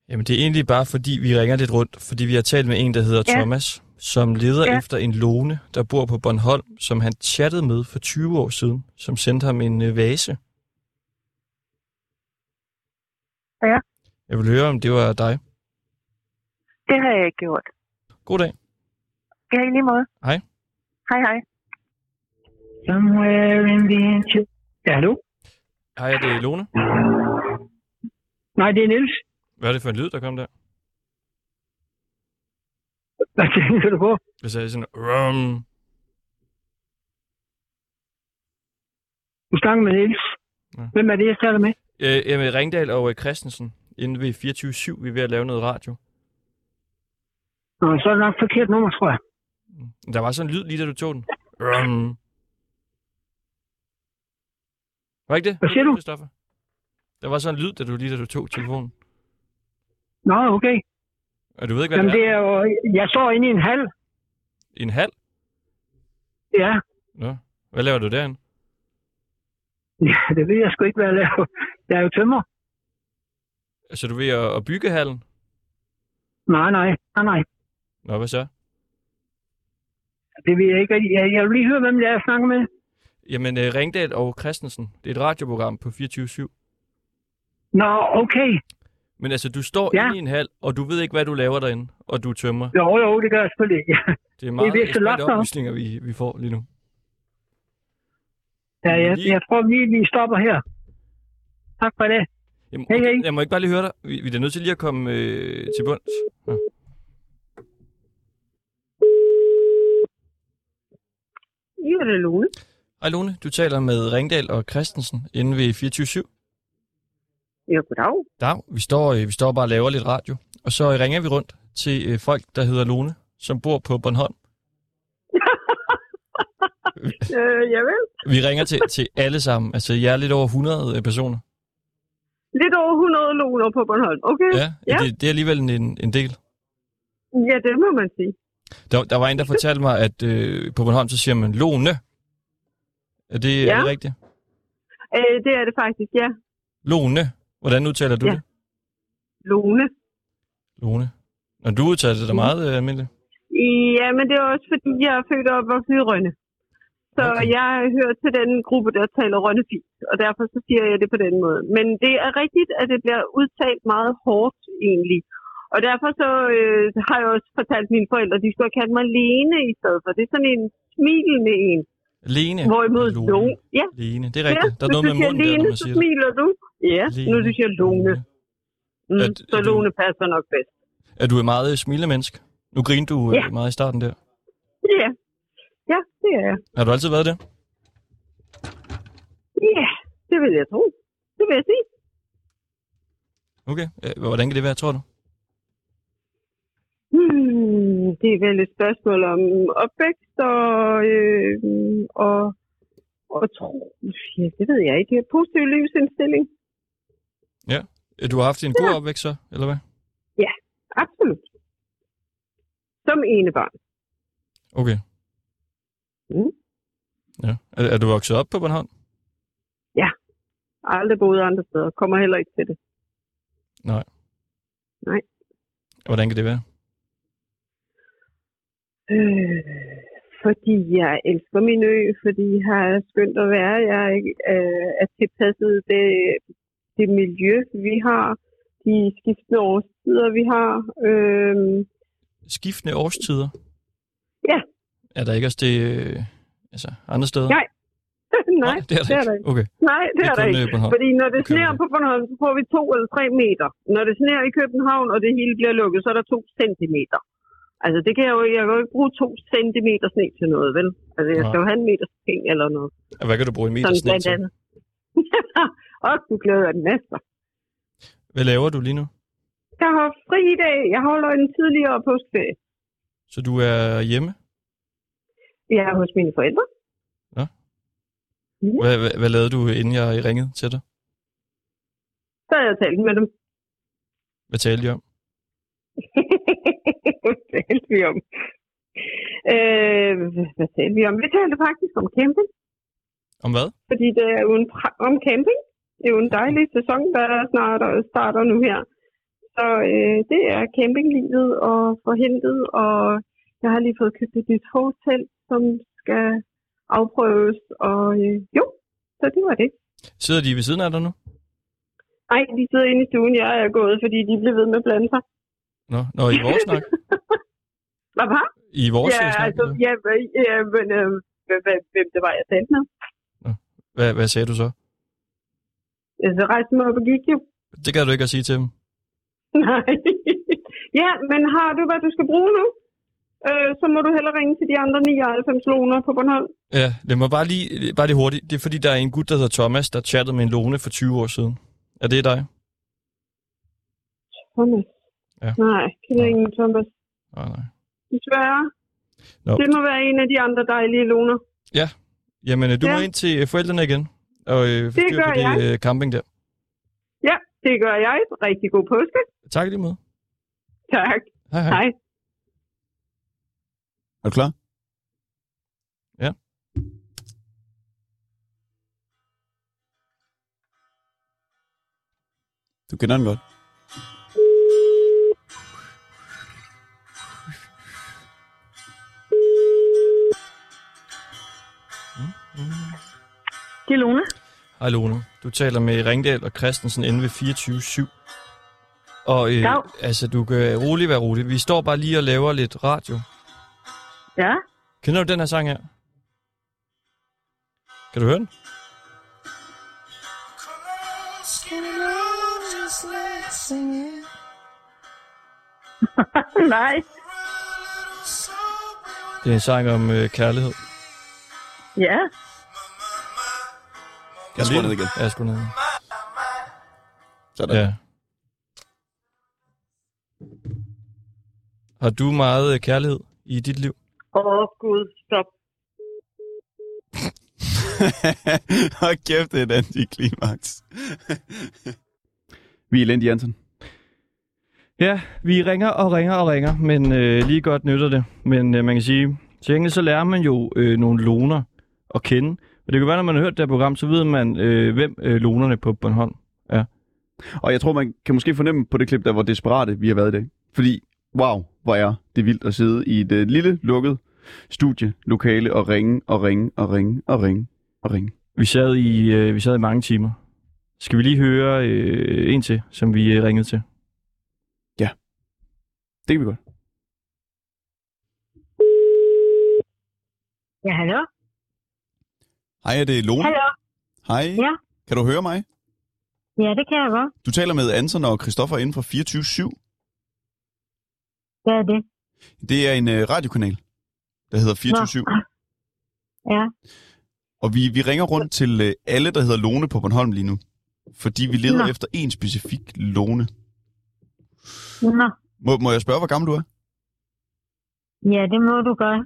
Jamen, det er egentlig bare, fordi vi ringer lidt rundt, fordi vi har talt med en, der hedder ja.
Ja.
Thomas, som leder ja.
Ja.
efter en lone, der bor på Bornholm, som han chattede med for 20 år siden, som sendte ham en øh, vase.
Ja.
Jeg vil høre, om det var dig.
Det har jeg ikke gjort.
God dag.
Ja, i lige måde.
Hej.
Hej, hej.
Somewhere in the ancient... Ja, hallo?
Hej, er det Lone?
Nej, det er Niels.
Hvad er det for en lyd, der kom der?
Hvad tænker du på?
Jeg sagde sådan, rum.
Du snakker med Niels.
Ja.
Hvem er det, jeg taler med?
Øh, jamen, Ringdal og øh, Christensen, inde ved 24-7, vi er ved at lave noget radio.
Nå, så er det nok forkert nummer, tror jeg.
Mm. Der var sådan en lyd, lige da du tog den. Rum. Var ikke det?
Hvad siger du?
Christoffer? Der var sådan en lyd, da du lige da du tog telefonen.
Nå, okay.
Og du ved ikke, hvad
Jamen,
det
det
er?
er jo... Jeg står inde i en hal.
En halv?
Ja,
Nå. Hvad laver du derinde?
ja det ved jeg sgu ikke, hvad jeg laver. Jeg er jo tømmer.
Altså, du er ved at, at bygge hallen?
Nej, nej, nej, nej.
Nå, hvad så?
Det ved jeg ikke. rigtig. Jeg, jeg vil lige høre, hvem det er, jeg snakker med.
Jamen, øh, Ringdal og Christensen, det er et radioprogram på 24-7.
Nå, okay.
Men altså, du står
Ja.
ja. inde i en hal, og du ved ikke, hvad du laver derinde, og du tømmer.
Jo, jo, det gør jeg selvfølgelig.
Det er meget
det, jeg
spændende
logter.
oplysninger, vi, vi får lige nu.
Ja, jeg, jeg tror lige, vi stopper her. Tak for det.
Jamen,
Hej,
okay,
hej.
Jeg må ikke bare lige høre dig. Vi, vi er da nødt til lige at komme øh, til bunds. Nå.
Ja, det er Lone.
Hej Lone, du taler med Ringdal og Christensen inde ved 24
Ja, goddag.
Dag, vi står, øh, vi står bare og laver lidt radio. Og så øh, ringer vi rundt til øh, folk, der hedder Lone, som bor på Bornholm.
Øh, javel.
Vi ringer til, til alle sammen. Altså, jeg er lidt over 100 øh, personer.
Lidt over 100 loner på Bornholm. Okay.
Ja, ja. Det, det er alligevel en, en del.
ja, det må man sige.
Der, der var en, der fortalte mig, at øh, på Bornholm, så siger man Lone. Er det, ja. er
Ja.
det rigtigt?
Øh, det er det faktisk, ja.
Lone. Hvordan udtaler du
Ja.
det?
Lone.
Lone. Når du udtaler
Mm.
det, er meget øh, almindeligt.
Ja, men det er også fordi, jeg er født og opvokset i Rønne. Så okay. jeg hører til den gruppe, der taler rønnefis, og derfor så siger jeg det på den måde. Men det er rigtigt, at det bliver udtalt meget hårdt egentlig. Og derfor så øh, har jeg også fortalt mine forældre, at de skulle have kaldt mig Lene i stedet for. Det er sådan en smilende en.
Lene.
Hvorimod
Lone.
Lone... Ja,
Lene, det er rigtigt. Der er noget med
hvis du siger
munden der,
Lene,
når man
så
siger det.
smiler du. Ja,
Lene.
nu du siger Lone. Mm,
At-
så
at du-
Lone passer nok bedst.
Er du et meget øh, smilende menneske? Nu griner du øh,
Ja.
meget i starten der.
Ja, ja det er jeg.
Har du altid været det?
Ja, det vil jeg tro. Det vil jeg sige.
Okay. Øh, Hvordan kan det være, tror du?
Hmm, det er vel et spørgsmål om opvækst og, øh, og, og tro. Ja, det ved jeg ikke. Positiv livsindstilling.
Øh, Du har haft en god opvækst så, eller hvad?
Absolut. Som enebarn.
Okay.
Mm.
Ja. Er, er du vokset op på Bornholm?
Aldrig boet andre steder. Kommer heller ikke til det.
Hvordan kan det være?
Øh, fordi jeg elsker min ø, fordi her er skønt at være. Jeg er, ikke, øh, er tilpasset det, det miljø, vi har, de skiftende årstider, vi har. Øh,
Skiftende årstider?
Ja.
Er der ikke også det øh, altså, andre steder?
Nej, nej,
det er der, ikke. Okay.
Nej, det,
Det er
er der
kun,
ikke.
øh, Bornholm.
Fordi når det
Okay,
sneer
okay.
på Bornholm, så får vi to eller tre meter. Når det sneer i København, og det hele bliver lukket, så er der to centimeter. Altså, det kan jeg jo, jeg kan jo ikke bruge to centimeter sne til noget, vel? Altså, jeg skal
Nej.
jo have en meter ting eller noget.
Og hvad kan du bruge en meter
Sådan
sne
blandt
til?
andet. og du glæder den næste.
Hvad laver du lige nu?
Jeg har fri i dag. Jeg holder en tidligere påskeferie.
Så du er hjemme?
Jeg er hos mine forældre.
Hvad, hvad, hvad lavede du, inden jeg ringede til dig?
Så har jeg talt med dem.
Hvad talte I om?
Hvad talte vi om? Øh, hvad talte vi om? Vi talte faktisk om camping.
Om hvad?
fordi det er jo en pra- om camping. Det er jo en dejlig sæson, der snart starter nu her. Så øh, det er campinglivet og forhentet, og jeg har lige fået købt et nyt hotel, som skal afprøves, og øh, jo, så det var det.
Sidder de ved siden af dig nu?
Nej, de sidder inde i stuen, jeg er gået, fordi de blev ved med at blande sig.
Nå, Nå i vores snak?
Hvad var?
I vores
ja,
ja, snak?
altså,
Altså...
ja, hva- ja, men øh, hva- hva- hvem det var, jeg talte med.
Hvad, hvad sagde du så?
Ja, Så rejste jeg mig op og gik jo.
Det kan du ikke at sige til dem.
Nej. ja, men har du, hvad du skal bruge nu? Øh, så må du heller ringe til de andre 99 loner på Bornholm.
Ja, lad mig bare lige, bare lige hurtigt. Det er fordi, der er en gut, der hedder Thomas, der chattede med en lone for 20 år siden. Er det dig?
Thomas.
Ja.
Nej, kan jeg ingen Thomas.
Nej, nej.
Desværre.
Nå.
Det må være en af de andre dejlige loner.
Jamen, øh, du ja. må
Ja.
ind til øh, forældrene igen. Og øh, få
Det
styr
gør
på det øh, camping der.
Ja, det gør jeg. Rigtig god påske.
Tak i lige måde.
Tak.
Hej, hej.
Hej.
Er du klar?
Ja.
Du kender den godt.
Det er Lone.
Hej Lone. Du taler med Ringdal og Christensen inde ved 24-7. Og øh,
Dag.
altså, du kan rolig være rolig. Vi står bare lige og laver lidt radio.
Ja,
Kender du den her sang her? Kan du høre den?
nej.
Det er en sang om øh, kærlighed.
Ja,
Jeg skruer ned igen.
Ja, sgu ned.
Sådan. Ja.
Ja. Har du meget øh, kærlighed i dit liv?
Åh, oh, gud, stop.
Og kæft, det er et antiklimaks. Vi er elendige, Anton.
Ja, vi ringer og ringer og ringer, men øh, lige godt nytter det. Men øh, man kan sige, til gengæld så lærer man jo øh, nogle loner at kende. Og det kan være, når man har hørt det her program, så ved man, øh, hvem øh, lonerne på Bornholm er.
Og jeg tror, man kan måske fornemme på det klip, der hvor desperate vi har været i dag. Fordi, wow, hvor er det vildt at sidde i et øh, lille, lukket studielokale og ringe og ringe og ringe og ringe og ringe.
Vi sad i, øh, vi sad i mange timer. Skal vi lige høre øh, en til, som vi øh, ringede til?
Det kan vi godt.
Ja, hallo?
Hej, er det Lone?
Hallo?
Hej.
Ja.
Kan du høre mig?
Ja, det kan jeg godt.
Du taler med Anton og Christoffer inden for 24-7.
Hvad er det?
Det er en øh, radiokanal, der hedder 24-7.
Ja.
Og vi, vi ringer rundt til øh, alle, der hedder Lone på Bornholm lige nu. Fordi vi leder
Nå.
efter en specifik Lone.
Nå.
Må, må jeg spørge, hvor gammel du er?
Ja, det må du godt.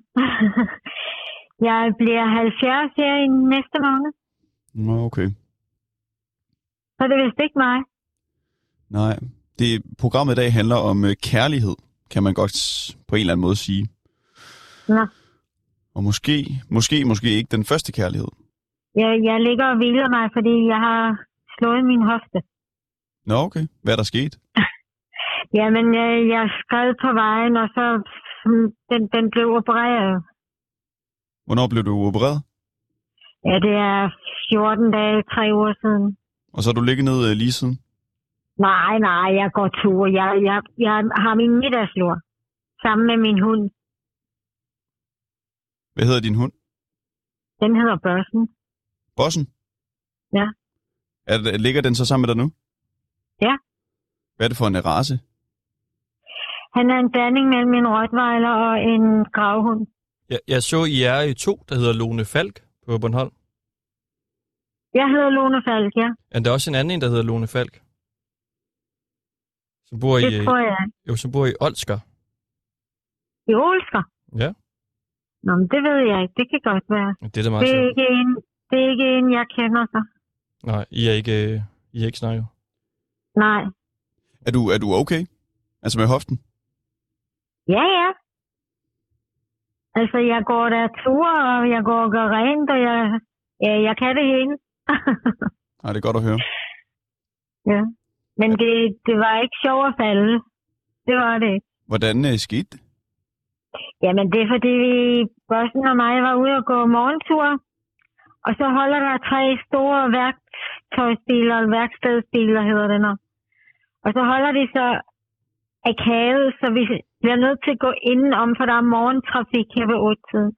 jeg bliver 70 her i næste måned,
Nå, okay.
så det er vist ikke mig.
Nej. Det programmet i dag handler om øh, kærlighed, kan man godt s- på en eller anden måde sige.
Nå.
Og måske, måske, måske ikke den første kærlighed.
Jeg, jeg ligger og hviler mig, fordi jeg har slået min hofte.
Nå, okay. Hvad er der sket?
Jamen, jeg, jeg skred på vejen, og så mm, den, den blev opereret.
Hvornår blev du opereret?
Ja, det er 14 dage, tre uger siden.
Og så er du ligget ned øh, lige siden?
Nej, nej, jeg går tur. Jeg, jeg, jeg har min middagslur sammen med min hund.
Hvad hedder din hund?
Den hedder Børsen.
Bossen?
Ja.
Er, det- ligger den så sammen med dig nu?
Ja.
Hvad er det for en øh, race?
Han er en blanding mellem en rottweiler og en gravhund.
Jeg, jeg så, I er i to, der hedder Lone Falk på Bornholm.
Jeg hedder Lone Falk, ja.
Men der er også en anden, en, der hedder Lone Falk. Som bor i,
Det
øh,
tror jeg.
jo, som bor i Olsker.
I Olsker.
Ja.
Nå, men det ved jeg ikke. Det kan godt være.
Det er da meget
Det er
sjovt.
ikke en, det er ikke en jeg kender så.
Nej, I er ikke, øh, I er ikke snart jo.
Nej.
Er du, er du okay? Altså med hoften?
Ja, ja. Altså, jeg går der ture, og jeg går og gør rent, og jeg, ja, jeg kan det hele.
Nej, det er godt at høre.
ja. Men det, det var ikke sjovt at falde. Det var det ikke.
Hvordan øh, skete det?
Jamen, det er fordi, vi, Bossen og mig var ude og gå morgentur, og så holder der tre store værktøjsbiler, eller værkstedsbiler hedder det nok. Og så holder de så akavet, så vi bliver nødt til at gå indenom, for der er morgentrafik her ved 8 tiden.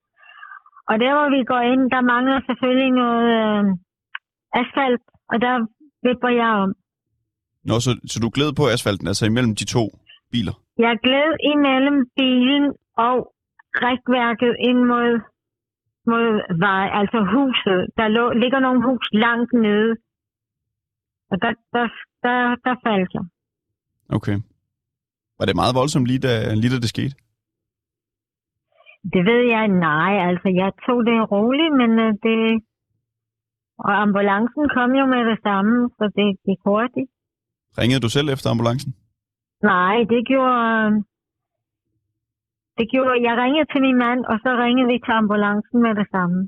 Og der, hvor vi går ind, der mangler selvfølgelig noget øh, asfalt, og der vipper jeg om.
Nå, så, så du gled på asfalten, altså imellem de to biler?
Jeg gled imellem bilen og rækværket ind mod, mod vej, altså huset. Der lå, ligger nogle hus langt nede. Og der, der, der, der faldt jeg.
Okay. Var det meget voldsomt lige da, lige da det skete?
Det ved jeg, nej. Altså, jeg tog det roligt, men øh, det... Og ambulancen kom jo med det samme, så det gik hurtigt.
Ringede du selv efter ambulancen?
Nej, det gjorde... øh, Det gjorde, jeg ringede til min mand, og så ringede vi til ambulancen med det samme.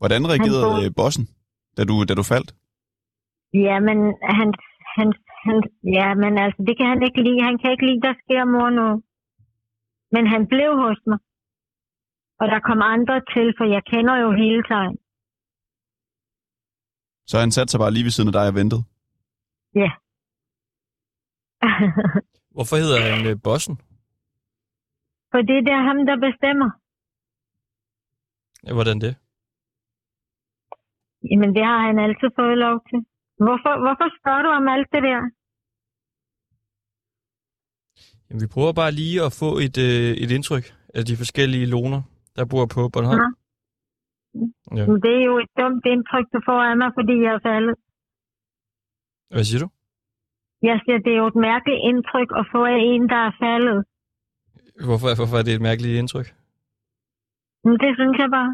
Hvordan reagerede
bor-
øh, bossen, da du, da du faldt?
Ja, men han, han, han, ja, men altså, det kan han ikke lide. Han kan ikke lide, der sker mor nu. Men han blev hos mig. Og der kom andre til, for jeg kender jo hele tiden.
Så han satte sig bare lige ved siden af dig og ventede.
Hvorfor hedder han øh, Bossen?
for det er der ham, der bestemmer.
Ja, Hvordan det?
Jamen, det har han altid fået lov til. Hvorfor, hvorfor spørger du om alt det der?
Jamen, vi prøver bare lige at få et, øh, et indtryk af de forskellige loner, der bor på Bornholm. Ja.
Men Det er jo et dumt indtryk, du får af mig, fordi jeg er faldet.
Hvad siger du?
Jeg siger, det er jo et mærkeligt indtryk at få af en, der er faldet.
Hvorfor, hvorfor er det et mærkeligt indtryk?
Men det synes jeg bare.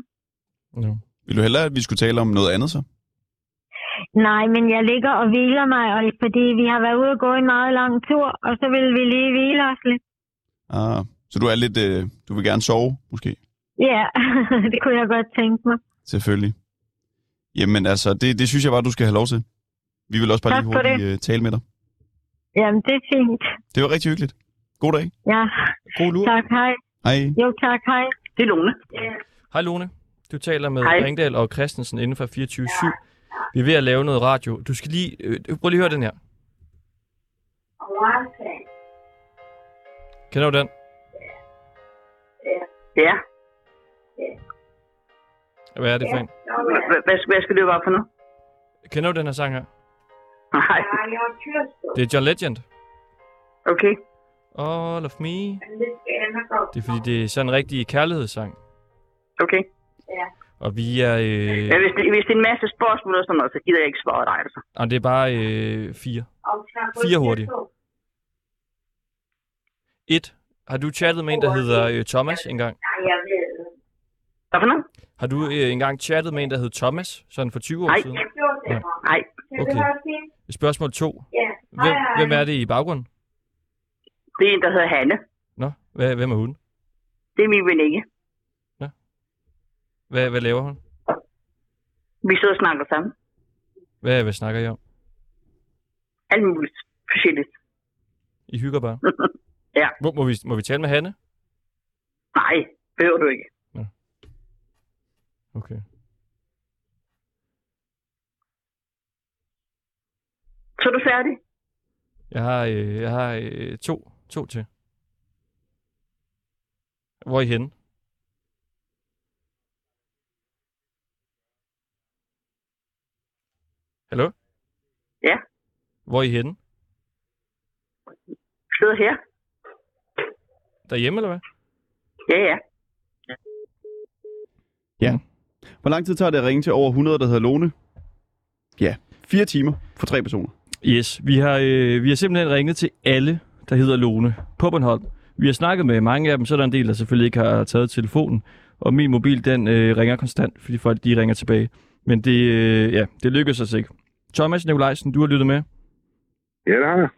Ja.
Vil du hellere, at vi skulle tale om noget andet så?
Nej, men jeg ligger og hviler mig, og fordi vi har været ude og gå en meget lang tur, og så vil vi lige hvile os lidt.
Ah, så du er lidt, øh, du vil gerne sove, måske?
Ja, det kunne jeg godt tænke mig.
Selvfølgelig. Jamen altså, det, det synes jeg bare, du skal have lov til. Vi vil også bare
Tak
lige
for
hurtigt øh, tale med dig.
Jamen, det er fint.
Det var rigtig hyggeligt. God dag.
Ja.
God lur.
Tak, hej.
Hej.
Jo, tak, hej.
Det er Lone.
Hej Lone. Du taler med
Hej.
Hej. Ringdal og Christensen inden for 24-7. Vi er ved at lave noget radio. Du skal lige... Øh, prøv lige at høre den her. Kender du den?
Ja.
Hvad er det for en?
Hva- hva- Hvad, hvad skal det være for noget?
Kender du den her sang her?
Nej.
Det er John Legend.
Okay.
All of me. Det er fordi, det er sådan en rigtig kærlighedssang.
Okay.
Og vi er... Øh,
Ja, hvis, det, hvis det er en masse spørgsmål og sådan noget, så gider jeg ikke svare dig. Altså.
og det er bare øh, fire. Fire hurtigt. Et. Har du chattet med en, der hedder øh, Thomas engang?
Hvad for noget?
Har du øh, engang chattet med en, der hed Thomas? Sådan for 20 år
Nej.
siden?
Nej.
Okay. Spørgsmål 2. Hvem, hvem er det i baggrunden?
Det er en, der hedder Hanne.
Nå, hvad, hvem er hun?
Det er min veninde.
Hvad, hvad laver hun?
Vi sidder og snakker sammen.
Hvad, hvad snakker I om?
Alt muligt forskelligt.
I hygger bare.
Ja.
Må, må, vi, må vi tale med Hanne?
Nej, behøver du ikke.
Okay.
Så er du færdig?
Jeg har, øh, jeg har øh, to, to til. Hvor er I henne? Hallo?
Ja.
Hvor er I henne?
Sidder her?
Derhjemme, eller hvad?
Ja, ja.
Ja. Hvor lang tid tager det at ringe til over 100, der hedder Lone? Ja, fire timer for tre personer.
Yes, vi har, øh, vi har simpelthen ringet til alle, der hedder Lone på Bornholm. Vi har snakket med mange af dem, så er der en del, der selvfølgelig ikke har taget telefonen. Og min mobil, den øh, ringer konstant, fordi folk de ringer tilbage. Men det, øh, ja, det lykkedes os ikke. Thomas Nikolajsen, du har lyttet med.
Ja, det har jeg.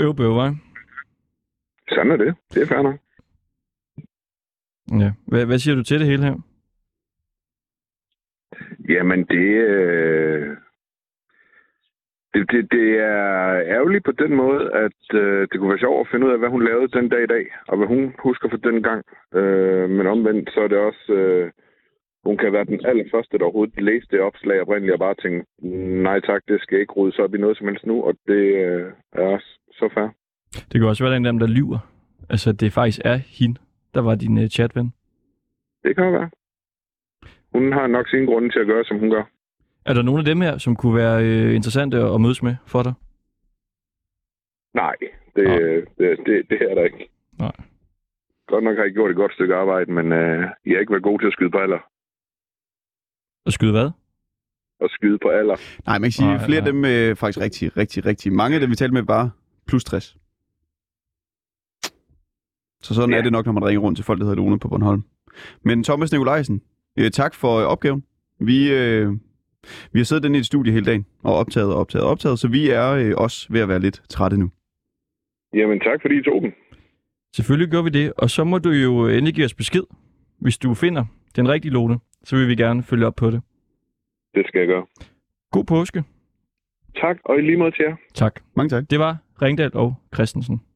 Øvbøv, hva'?
Sådan er det. Det er fair nok.
Ja. Hvad, hvad siger du til det hele her?
Jamen, det, øh, det, det, det er ærgerligt på den måde, at øh, det kunne være sjovt at finde ud af, hvad hun lavede den dag i dag, og hvad hun husker fra den gang. Øh, men omvendt, så er det også... Øh, hun kan være den allerførste, der overhovedet læste det opslag oprindeligt, og bare tænkte, nej tak, det skal ikke ryddes op i noget som helst nu, og det øh, er også så fair.
Det kan også være, at der er en af dem, der lyver. Altså, at det faktisk er hende, der var din øh, chatven.
Det kan jo være. Hun har nok sine grunde til at gøre, som hun gør.
Er der nogen af dem her, som kunne være øh, interessante at, at mødes med for dig?
Nej, det, det, det, det er der ikke.
Nej.
Godt nok har I gjort et godt stykke arbejde, men øh, I har ikke været gode til at skyde på alder.
At skyde hvad?
Og skyde på alder.
Nej, man kan sige,
Nej,
flere af
nej.
dem øh, faktisk rigtig, rigtig, rigtig mange af dem, vi talte med, var plus 60. Så sådan ja. er det nok, når man ringer rundt til folk, der hedder Lone på Bornholm. Men Thomas Nikolajsen, øh, tak for øh, opgaven. Vi, øh, vi har siddet inde i et studie hele dagen og optaget og optaget og optaget, så vi er øh, også ved at være lidt trætte nu.
Jamen tak, fordi I tog den.
Selvfølgelig gør vi det, og så må du jo endelig give os besked, hvis du finder den rigtige Lone, så vil vi gerne følge op på det.
Det skal jeg gøre.
God påske.
Tak, og i lige måde til jer.
Tak.
Mange tak.
Det var Ringdal og Christensen.